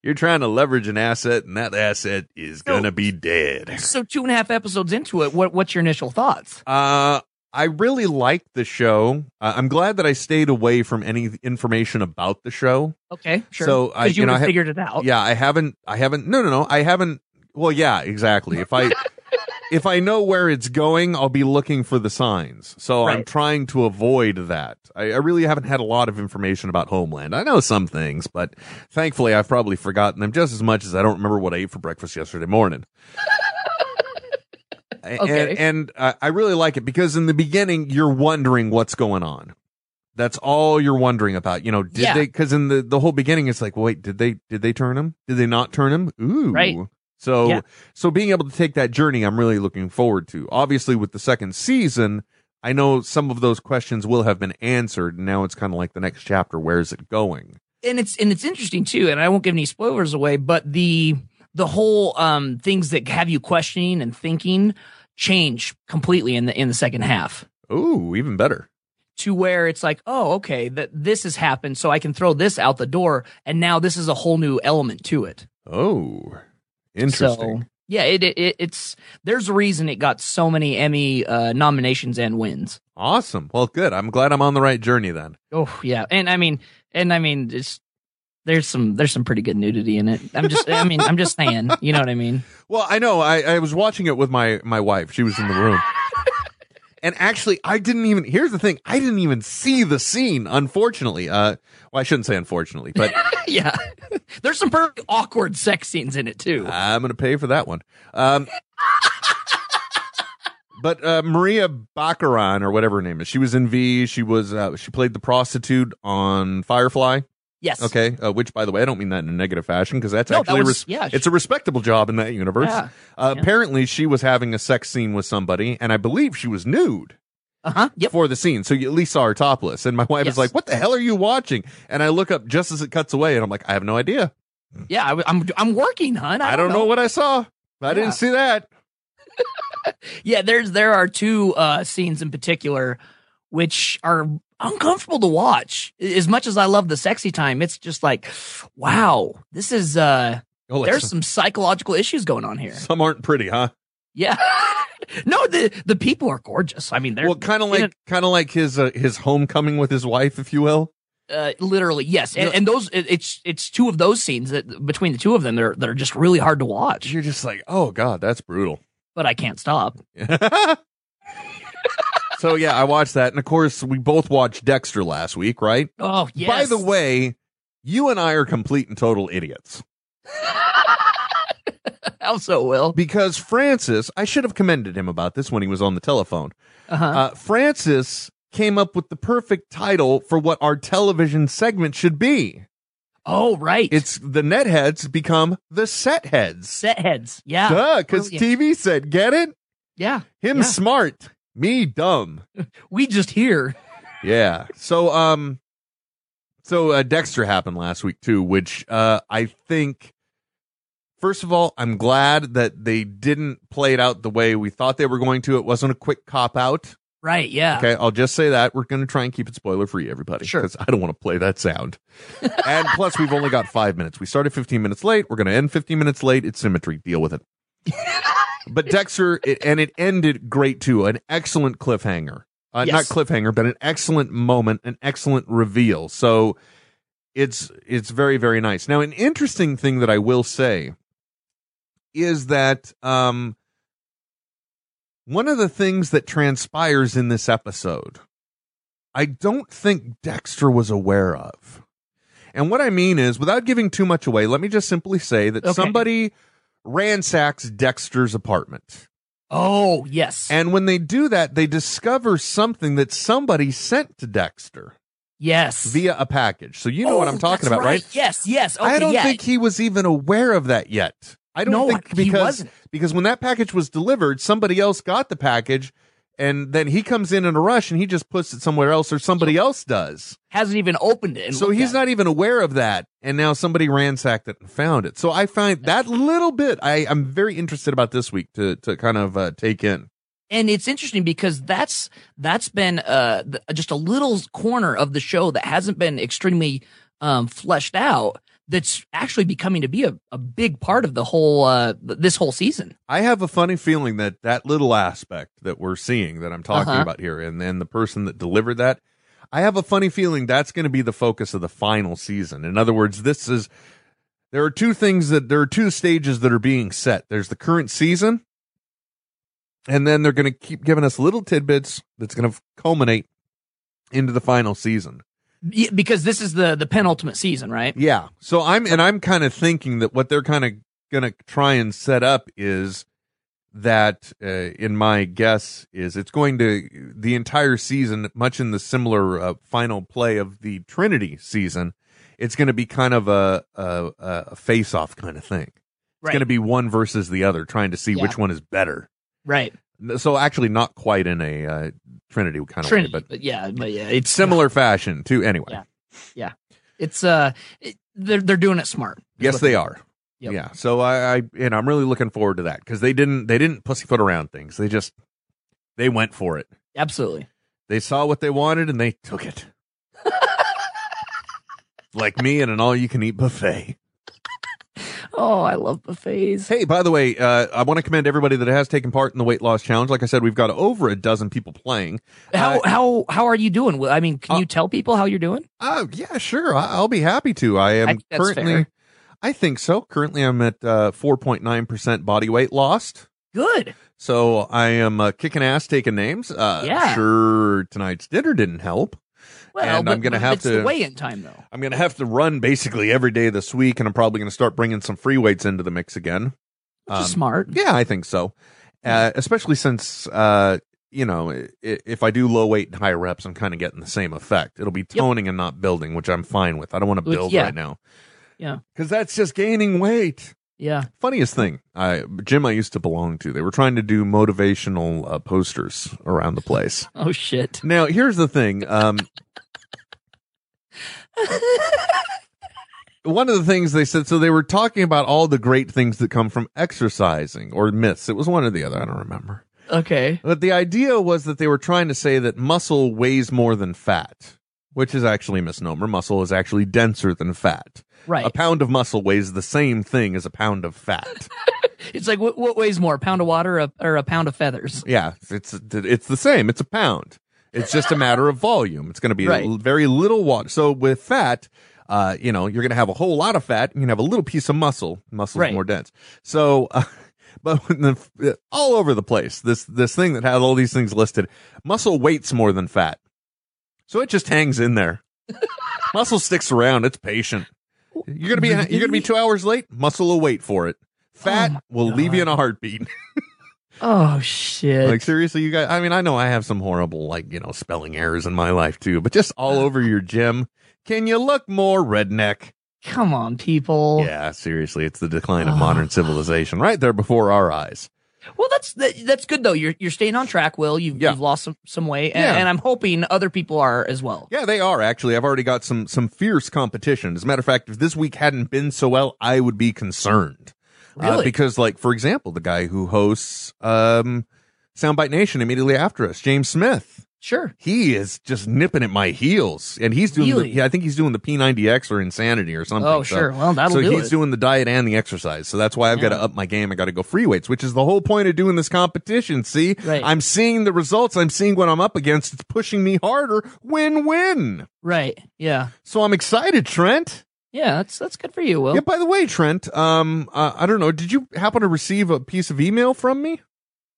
B: you're trying to leverage an asset, and that asset is gonna be dead.
G: So two and a half episodes into it, what what's your initial thoughts?
B: Uh, I really liked the show. Uh, I'm glad that I stayed away from any information about the show.
G: Okay, sure.
B: So I,
G: 'Cause you,
B: you know,
G: would
B: I
G: have
B: ha-
G: figured it out.
B: Yeah, I haven't. I haven't. No, no, no. I haven't. Well, yeah, exactly. If I if I know where it's going, I'll be looking for the signs. So I'm
G: Right.
B: trying to avoid that. I, I really haven't had a lot of information about Homeland. I know some things, but thankfully, I've probably forgotten them just as much as I don't remember what I ate for breakfast yesterday morning. A-
G: Okay.
B: And, and uh, I really like it because in the beginning, you're wondering what's going on. That's all you're wondering about. You know, did
G: Yeah.
B: they? Because in the the whole beginning, it's like, wait, did they did they turn him? Did they not turn him? Ooh,
G: Right.
B: So
G: Yeah.
B: so being able to take that journey, I'm really looking forward to. Obviously, with the second season, I know some of those questions will have been answered. And now it's kind of like the next chapter. Where is it going?
G: and it's and it's interesting too and i won't give any spoilers away but the the whole um things that have you questioning and thinking change completely in the in the second half
B: Ooh, even better.
G: to where it's like oh okay that this has happened so i can throw this out the door and now this is a whole new element to it
B: Oh, interesting.
G: so yeah it, it it- it's there's a reason it got so many emmy uh nominations and wins
B: Awesome. Well, good. I'm glad I'm on the right journey then.
G: oh yeah and i mean and i mean it's there's some there's some pretty good nudity in it i'm just i mean i'm just saying you know what i mean
B: Well, I know. I, I was watching it with my my wife. She was in the room. And actually, I didn't even. Here's the thing: I didn't even see the scene. Unfortunately, uh, well, I shouldn't say unfortunately, but
G: yeah. There's some pretty awkward sex scenes in it too.
B: I'm gonna pay for that one. Um, but uh, Maria Baccaran or whatever her name is, she was in V. She was uh, she played the prostitute on Firefly.
G: yes.
B: Okay, uh, which by the way, I don't mean that in a negative fashion because that's
G: No, that
B: actually
G: was-
B: res-
G: yeah,
B: it's a respectable job in that universe.
G: Yeah.
B: Uh,
G: Yeah.
B: Apparently, she was having a sex scene with somebody, and I believe she was nude
G: Uh huh. Yep.
B: for the scene, so you at least saw her topless. And my wife
G: Yes.
B: is like, "What the hell are you watching?" And I look up just as it cuts away, and I'm like, "I have no idea.
G: Yeah. I, am I'm working, hun. I,
B: I, don't know. what I saw. I
G: Yeah.
B: didn't see that."
G: Yeah. There's there are two uh, scenes in particular which are uncomfortable to watch. I- As much as I love the sexy time, it's just like, wow, this is uh,
B: Oh, like,
G: there's
B: some,
G: some psychological issues going on here.
B: some aren't pretty, huh?
G: Yeah. no, the the people are gorgeous. I mean, they're
B: well, kind of
G: in
B: like kind of like his uh, his homecoming with his wife, if you will.
G: Uh, literally, yes, and,
B: No.
G: and those it, it's it's two of those scenes that between the two of them they're they're just really hard to watch.
B: You're just like, "Oh God, that's brutal."
G: But I can't stop.
B: so yeah, I watched that, and of course, we both watched Dexter last week, right?
G: Oh yes.
B: By the way, you and I are complete and total idiots
G: also will.
B: because Francis. I should have commended him about this when he was on the telephone.
G: Uh-huh.
B: Uh, Francis came up with the perfect title for what our television segment should be.
G: oh right,
B: It's the netheads become the set heads.
G: set heads. Yeah,
B: Duh, because
G: Brilliant.
B: TV said, get it?
G: yeah.
B: Him
G: Yeah.
B: smart, me dumb.
G: We just hear.
B: yeah so um so uh, dexter happened last week too which uh i think first of all i'm glad that they didn't play it out the way we thought they were going to it wasn't a quick cop out
G: Right. Yeah.
B: okay i'll just say that we're going to try and keep it spoiler free everybody
G: Sure.
B: because i don't want to play that sound and plus we've only got five minutes we started 15 minutes late we're going to end 15 minutes late it's symmetry deal with it but dexter it, and it ended great too an excellent cliffhanger uh,
G: Yes.
B: not cliffhanger but an excellent moment an excellent reveal so it's it's very very nice now an interesting thing that i will say is that um one of the things that transpires in this episode i don't think dexter was aware of and what i mean is without giving too much away let me just simply say that
G: Okay.
B: somebody ransacks dexter's apartment
G: Oh yes.
B: and when they do that they discover something that somebody sent to dexter
G: yes.
B: via a package so you know what
G: Oh,
B: i'm talking
G: that's
B: about right,
G: Yes. Yes. Okay,
B: I don't
G: yeah.
B: think he was even aware of that yet. I don't
G: No,
B: think
G: he
B: because
G: wasn't.
B: because when that package was delivered, somebody else got the package, and then he comes in in a rush and he just puts it somewhere else, or somebody else does.
G: hasn't even opened it. And
B: so
G: looked
B: he's
G: at
B: not even aware of that, and now somebody ransacked it and found it. So I find that little bit I I'm very interested about this week to to kind of uh, take in.
G: and it's interesting because that's that's been uh th- just a little corner of the show that hasn't been extremely um fleshed out that's actually becoming to be a, a big part of the whole uh, th- this whole season.
B: I have a funny feeling that that little aspect that we're seeing that I'm talking
G: Uh-huh.
B: about here, and then the person that delivered that, I have a funny feeling that's going to be the focus of the final season. In other words, this is there are two things that there are two stages that are being set. There's the current season, and then they're going to keep giving us little tidbits that's going to culminate into the final season.
G: Y- because this is the the penultimate season, right?
B: Yeah. So I'm and I'm kind of thinking that what they're kind of going to try and set up is that uh, in my guess is it's going to the entire season much in the similar uh, final play of the Trinity season it's going to be kind of a a, a face off kind of thing. It's
G: Right.
B: going to be one versus the other trying to see
G: Yeah.
B: which one is better.
G: Right.
B: So actually not quite in a uh, Trinity kind of
G: Trinity,
B: way
G: but,
B: but
G: yeah, but yeah, it's
B: similar fashion too anyway.
G: Yeah. It's uh, it, they're they're doing it smart. is
B: Yes,
G: what
B: they are.
G: Yep.
B: Yeah. So I, I and I'm really looking forward to that because they didn't they didn't pussyfoot around things. They just they went for it.
G: Absolutely.
B: They saw what they wanted and they took it. like me and an all you can eat buffet.
G: Oh, I love buffets.
B: Hey, by the way, uh, I want to commend everybody that has taken part in the weight loss challenge. Like I said, we've got over a dozen people playing.
G: How
B: Uh,
G: how how are you doing? Well, I mean, can you tell people how you're doing?
B: Oh yeah, sure. I, I'll be happy to. I am
G: I think that's
B: currently.
G: fair.
B: I think so. Currently, I'm at uh, four point nine percent body weight lost.
G: Good.
B: So I am uh, kicking ass, taking names. Uh,
G: Yeah.
B: Sure, tonight's dinner didn't help.
G: Well,
B: And I'm
G: but-
B: gonna
G: but
B: have
G: it's the
B: to-
G: weigh-in time though.
B: I'm gonna have to run basically every day this week, and I'm probably gonna start bringing some free weights into the mix again.
G: Which
B: Um,
G: is smart.
B: Yeah, I think so. Uh, especially since uh, you know, i- if I do low weight and high reps, I'm kind of getting the same effect. It'll be toning and not building, which I'm fine with. I don't want to
G: Which-
B: build
G: yeah.
B: right now.
G: Yeah.
B: because that's just gaining weight.
G: Yeah.
B: Funniest thing, I gym I used to belong to. They were trying to do motivational uh, posters around the place.
G: Oh shit.
B: Now, here's the thing. Um, one of the things they said, so they were talking about all the great things that come from exercising or myths. It was one or the other. I don't remember.
G: Okay.
B: But the idea was that they were trying to say that muscle weighs more than fat, which is actually a misnomer. Muscle is actually denser than fat.
G: Right.
B: A pound of muscle weighs the same thing as a pound of fat.
G: It's like what, what weighs more, a pound of water or a, or a pound of feathers?
B: Yeah, it's it's the same. It's a pound. It's just a matter of volume. It's going to be
G: Right.
B: l- very little water. So with fat, uh, you know, you're going to have a whole lot of fat. You can have a little piece of muscle. Muscle's
G: Right.
B: more dense. So, uh, but when the, uh, all over the place, this this thing that has all these things listed, muscle weights more than fat. So it just hangs in there. muscle sticks around. It's patient. You're gonna be you're gonna be two hours late. Muscle will wait for it. Fat
G: Oh my
B: will leave you in
G: God.
B: a heartbeat.
G: Oh shit.
B: Like seriously, you guys. I mean, I know I have some horrible, like you know, spelling errors in my life too, but just all over your gym. Can you look more redneck?
G: Come on, people.
B: Yeah, seriously, it's the decline of modern civilization right there before our eyes.
G: Well, that's that, that's good though. You're you're staying on track, Will. You've,
B: Yeah.
G: you've lost some, some weight, and,
B: Yeah.
G: and I'm hoping other people are as well.
B: Yeah, they are actually. I've already got some some fierce competition. As a matter of fact, if this week hadn't been so well, I would be concerned. Uh,
G: Really?
B: because, like, for example, the guy who hosts um, Soundbite Nation immediately after us, James Smith.
G: Sure.
B: he is just nipping at my heels, and he's doing.
G: Really?
B: The, yeah, I think he's doing the P90X or Insanity or something.
G: Oh,
B: So-
G: sure. Well, that'll
B: so
G: do
B: he's
G: it.
B: doing the diet and the exercise. So that's why I've got to up my game. I got to go free weights, which is the whole point of doing this competition. See,
G: Right.
B: I'm seeing the results. I'm seeing what I'm up against. It's pushing me harder. Win win.
G: Right. Yeah.
B: So I'm excited, Trent.
G: Yeah. That's that's good for you, Will.
B: Yeah. By the way, Trent. Um. Uh, I don't know. Did you happen to receive a piece of email from me?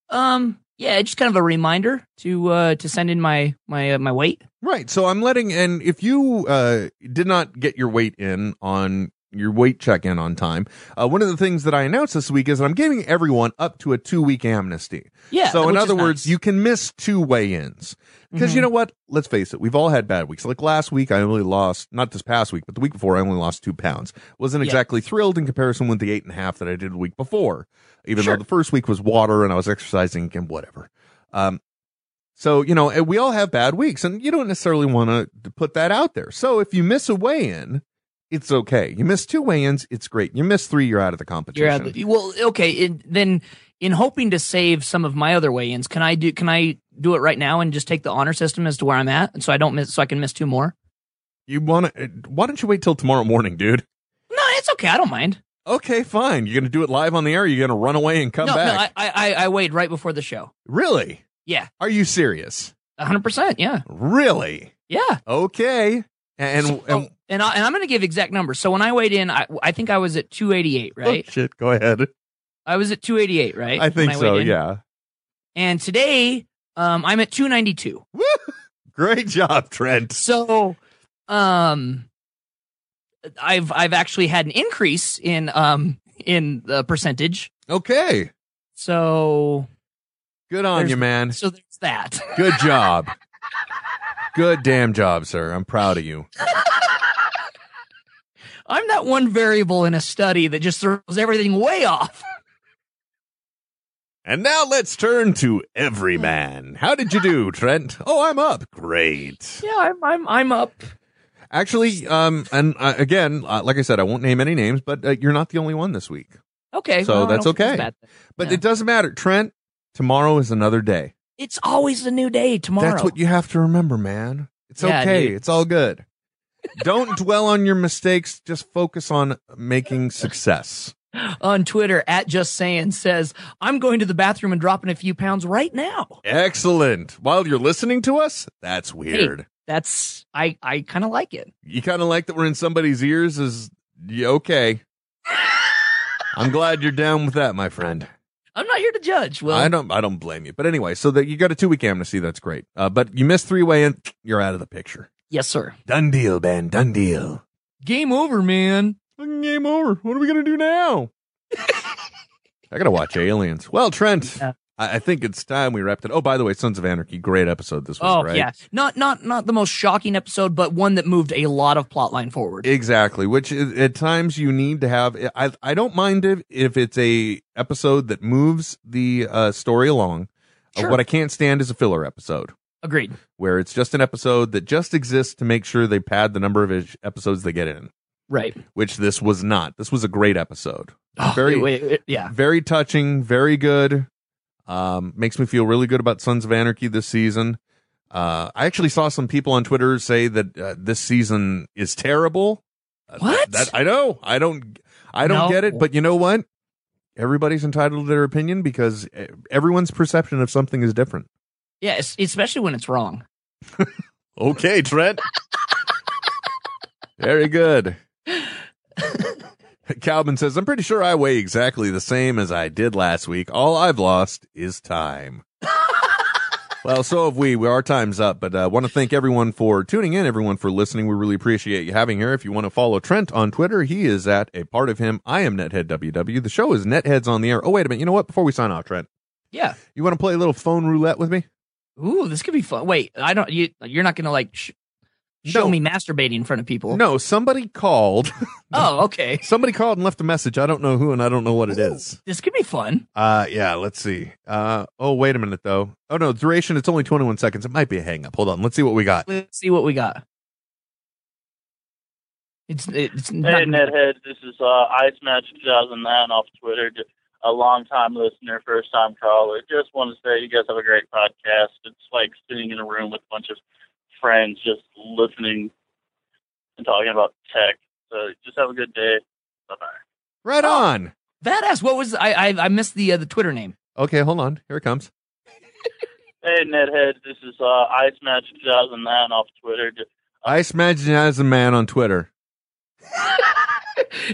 G: Um. Yeah. Just kind of a reminder to uh to send in my my uh, my weight.
B: Right. So I'm letting, and if you uh, did not get your weight in on your weight check in on time, uh, one of the things that I announced this week is that I'm giving everyone up to a two week amnesty.
G: Yeah.
B: So in
G: which is
B: other words,
G: nice.
B: you can miss two weigh ins because
G: Mm-hmm.
B: you know what? Let's face it, we've all had bad weeks. Like last week, I only lost not this past week, but the week before, I only lost two pounds. Wasn't
G: Yeah.
B: exactly thrilled in comparison with the eight and a half that I did the week before, even
G: Sure.
B: though the first week was water and I was exercising and whatever. Um, so, you know, and we all have bad weeks and you don't necessarily want to put that out there. So if you miss a weigh in, it's okay. You miss two weigh ins, it's great. You miss three, you're out of the competition.
G: You're out of the- well, okay. It, then, in hoping to save some of my other weigh-ins, can I do? Can I do it right now and just take the honor system as to where I'm at, and so I don't miss, so I can miss two more?
B: eh, you want to, why don't you wait till tomorrow morning, dude?
G: No, it's okay. I don't mind.
B: Okay, fine. You're gonna do it live on the air. Or you're gonna run away and come
G: no,
B: back.
G: no, I, I I weighed right before the show.
B: really?
G: Yeah,
B: Are you serious?
G: hundred percent. Yeah,
B: Really?
G: yeah.
B: Okay. And, and,
G: Oh, and, I, and I'm going to give exact numbers. So when I weighed in, I, I think I was at 288, right?
B: oh, shit. Go ahead.
G: I was at 288, right?
B: I think
G: When
B: so.
G: weighed in.
B: Yeah.
G: And today, um, I'm at 292.
B: Woo! Great job, Trent.
G: So, um, I've I've actually had an increase in um in the percentage.
B: Okay.
G: So
B: Good on
G: There's-
B: you, man.
G: so there's that.
B: Good job. Good damn job, sir. I'm proud of you.
G: I'm that one variable in a study that just throws everything way off.
B: And now let's turn to Everyman. How did you do, Trent? Oh, I'm up. Great.
G: Yeah, I'm I'm I'm up.
B: Actually, um, and uh, again, uh, like I said, I won't name any names, but uh, you're not the only one this week.
G: Okay,
B: So
G: well, I
B: that's
G: don't feel
B: okay.
G: bad.
B: But
G: Yeah.
B: it doesn't matter, Trent. Tomorrow is another day.
G: It's always a new day tomorrow.
B: That's what you have to remember, man. It's
G: Yeah,
B: okay.
G: dude.
B: It's all good. Don't dwell on your mistakes. Just focus on making success.
G: on Twitter at Just Saying says, I'm going to the bathroom and dropping a few pounds right now.
B: Excellent. While you're listening to us, that's weird.
G: That's I I kind of like it.
B: you kind of like that we're in somebody's ears is yeah, okay. I'm glad you're down with that, my friend.
G: I'm not here to judge. Well,
B: I don't, I don't blame you. But anyway, so that you got a two week amnesty, that's great. Uh, but you missed three way in, you're out of the picture.
G: yes, sir.
B: Done deal, Ben. Done deal.
G: Game over, man.
B: Fucking game over. What are we gonna do now? I gotta watch Aliens. Well, Trent,
G: Yeah.
B: I, I think it's time we wrapped it. Oh, by the way, Sons of Anarchy, great episode this week,
G: Oh
B: right?
G: yeah, not not not the most shocking episode, but one that moved a lot of plotline forward.
B: Exactly, which is, at times you need to have. I I don't mind if if it's a episode that moves the uh, story along. Uh,
G: Sure.
B: What I can't stand is a filler episode
G: Agreed.
B: where it's just an episode that just exists to make sure they pad the number of is- episodes they get in.
G: Right.
B: Which this was not. This was a great episode.
G: Oh,
B: Very-
G: wait, wait, yeah.
B: Very touching. Very good. Um, makes me feel really good about Sons of Anarchy this season. Uh, I actually saw some people on Twitter say that uh, this season is terrible. Uh,
G: What?
B: That, that- I know. I don't. I don't
G: No.
B: get it. But you know what? Everybody's entitled to their opinion because eh, everyone's perception of something is different.
G: Yeah, es- especially when it's wrong.
B: Okay, Trent. Very good. Calvin says, I'm pretty sure I weigh exactly the same as I did last week. All I've lost is time. well, so have we. we our time's up, but I uh, want to thank everyone for tuning in, everyone for listening. We really appreciate you having here. If you want to follow Trent on Twitter, he is at a part of him. I am Nethead WW. The show is Netheads on the Air. Oh, wait a minute. You know what? Before we sign off, Trent,
G: Yeah.
B: you want to play a little phone roulette with me?
G: Ooh, this could be fun. Wait, I don't. You you're not gonna like sh- show
B: No.
G: me masturbating in front of people.
B: No, somebody called.
G: Oh, okay.
B: Somebody called and left a message. I don't know who and I don't know what it is.
G: This could be fun.
B: Uh yeah, let's see. Uh oh wait a minute though. Oh no, duration it's only 21 seconds. It might be a hang up. Hold on. Let's see what we got.
G: Let's see what we got. It's it's not
J: Hey, Netheads, this is uh, Ice Match 2009 off Twitter. J- A long time listener, first time caller. Just want to say you guys have a great podcast. It's like sitting in a room with a bunch of friends just listening and talking about tech. So just have a good day. Bye bye.
B: Right on.
G: Badass. What was I? I, I missed the uh, the Twitter name.
B: Okay, hold on. Here it comes.
J: Hey, Netheads, this is uh, Ice Match 2009 off Twitter. J-
B: I imagine as a man on Twitter.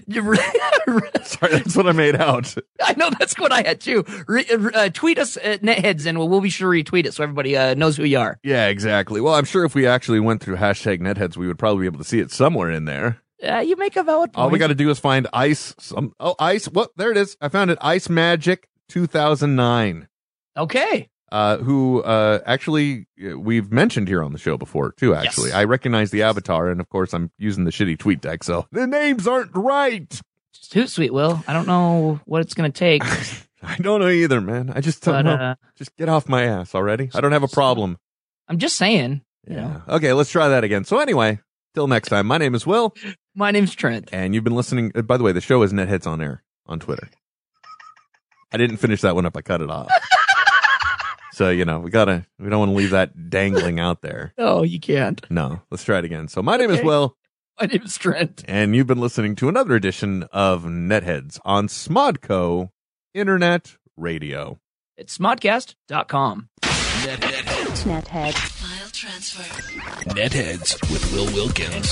G: You re-
B: Sorry, that's what I made out.
G: I know that's what I had too. Re- uh, tweet us at netheads, and we'll, we'll be sure to retweet it so everybody uh, knows who you are.
B: Yeah, exactly. Well, I'm sure if we actually went through hashtag netheads, we would probably be able to see it somewhere in there.
G: Uh, you make a valid point.
B: All we got to do is find ice. Some oh ice. What? There it is. I found it. Ice Magic 2009.
G: okay.
B: uh, who uh, actually uh, we've mentioned here on the show before too. Actually, I recognize the avatar, and of course, I'm using the shitty tweet deck, so the names aren't right.
G: Too sweet, Will. I don't know what it's gonna take,
B: I don't know either, man. I just don't
G: but
B: know.
G: uh,
B: just get off my ass already. I don't have a problem.
G: I'm just saying. You know,
B: Yeah. Okay, let's try that again. So anyway, till next time. My name is Will,
G: my name's Trent.
B: and you've been listening. uh, by the way, the show is Netheads on Air on Twitter. I didn't finish that one up. I cut it off. so you know we gotta. We don't want to leave that dangling out there.
G: Oh, you can't.
B: No, let's try it again. So my name is
G: Okay.
B: Will.
G: My name is Trent.
K: And you've been listening to another edition of Netheads on Smodco Internet Radio.
G: It's smodcast.com.
L: Net, net,
M: Nethead.
N: File transfer.
L: Netheads with Will Wilkins.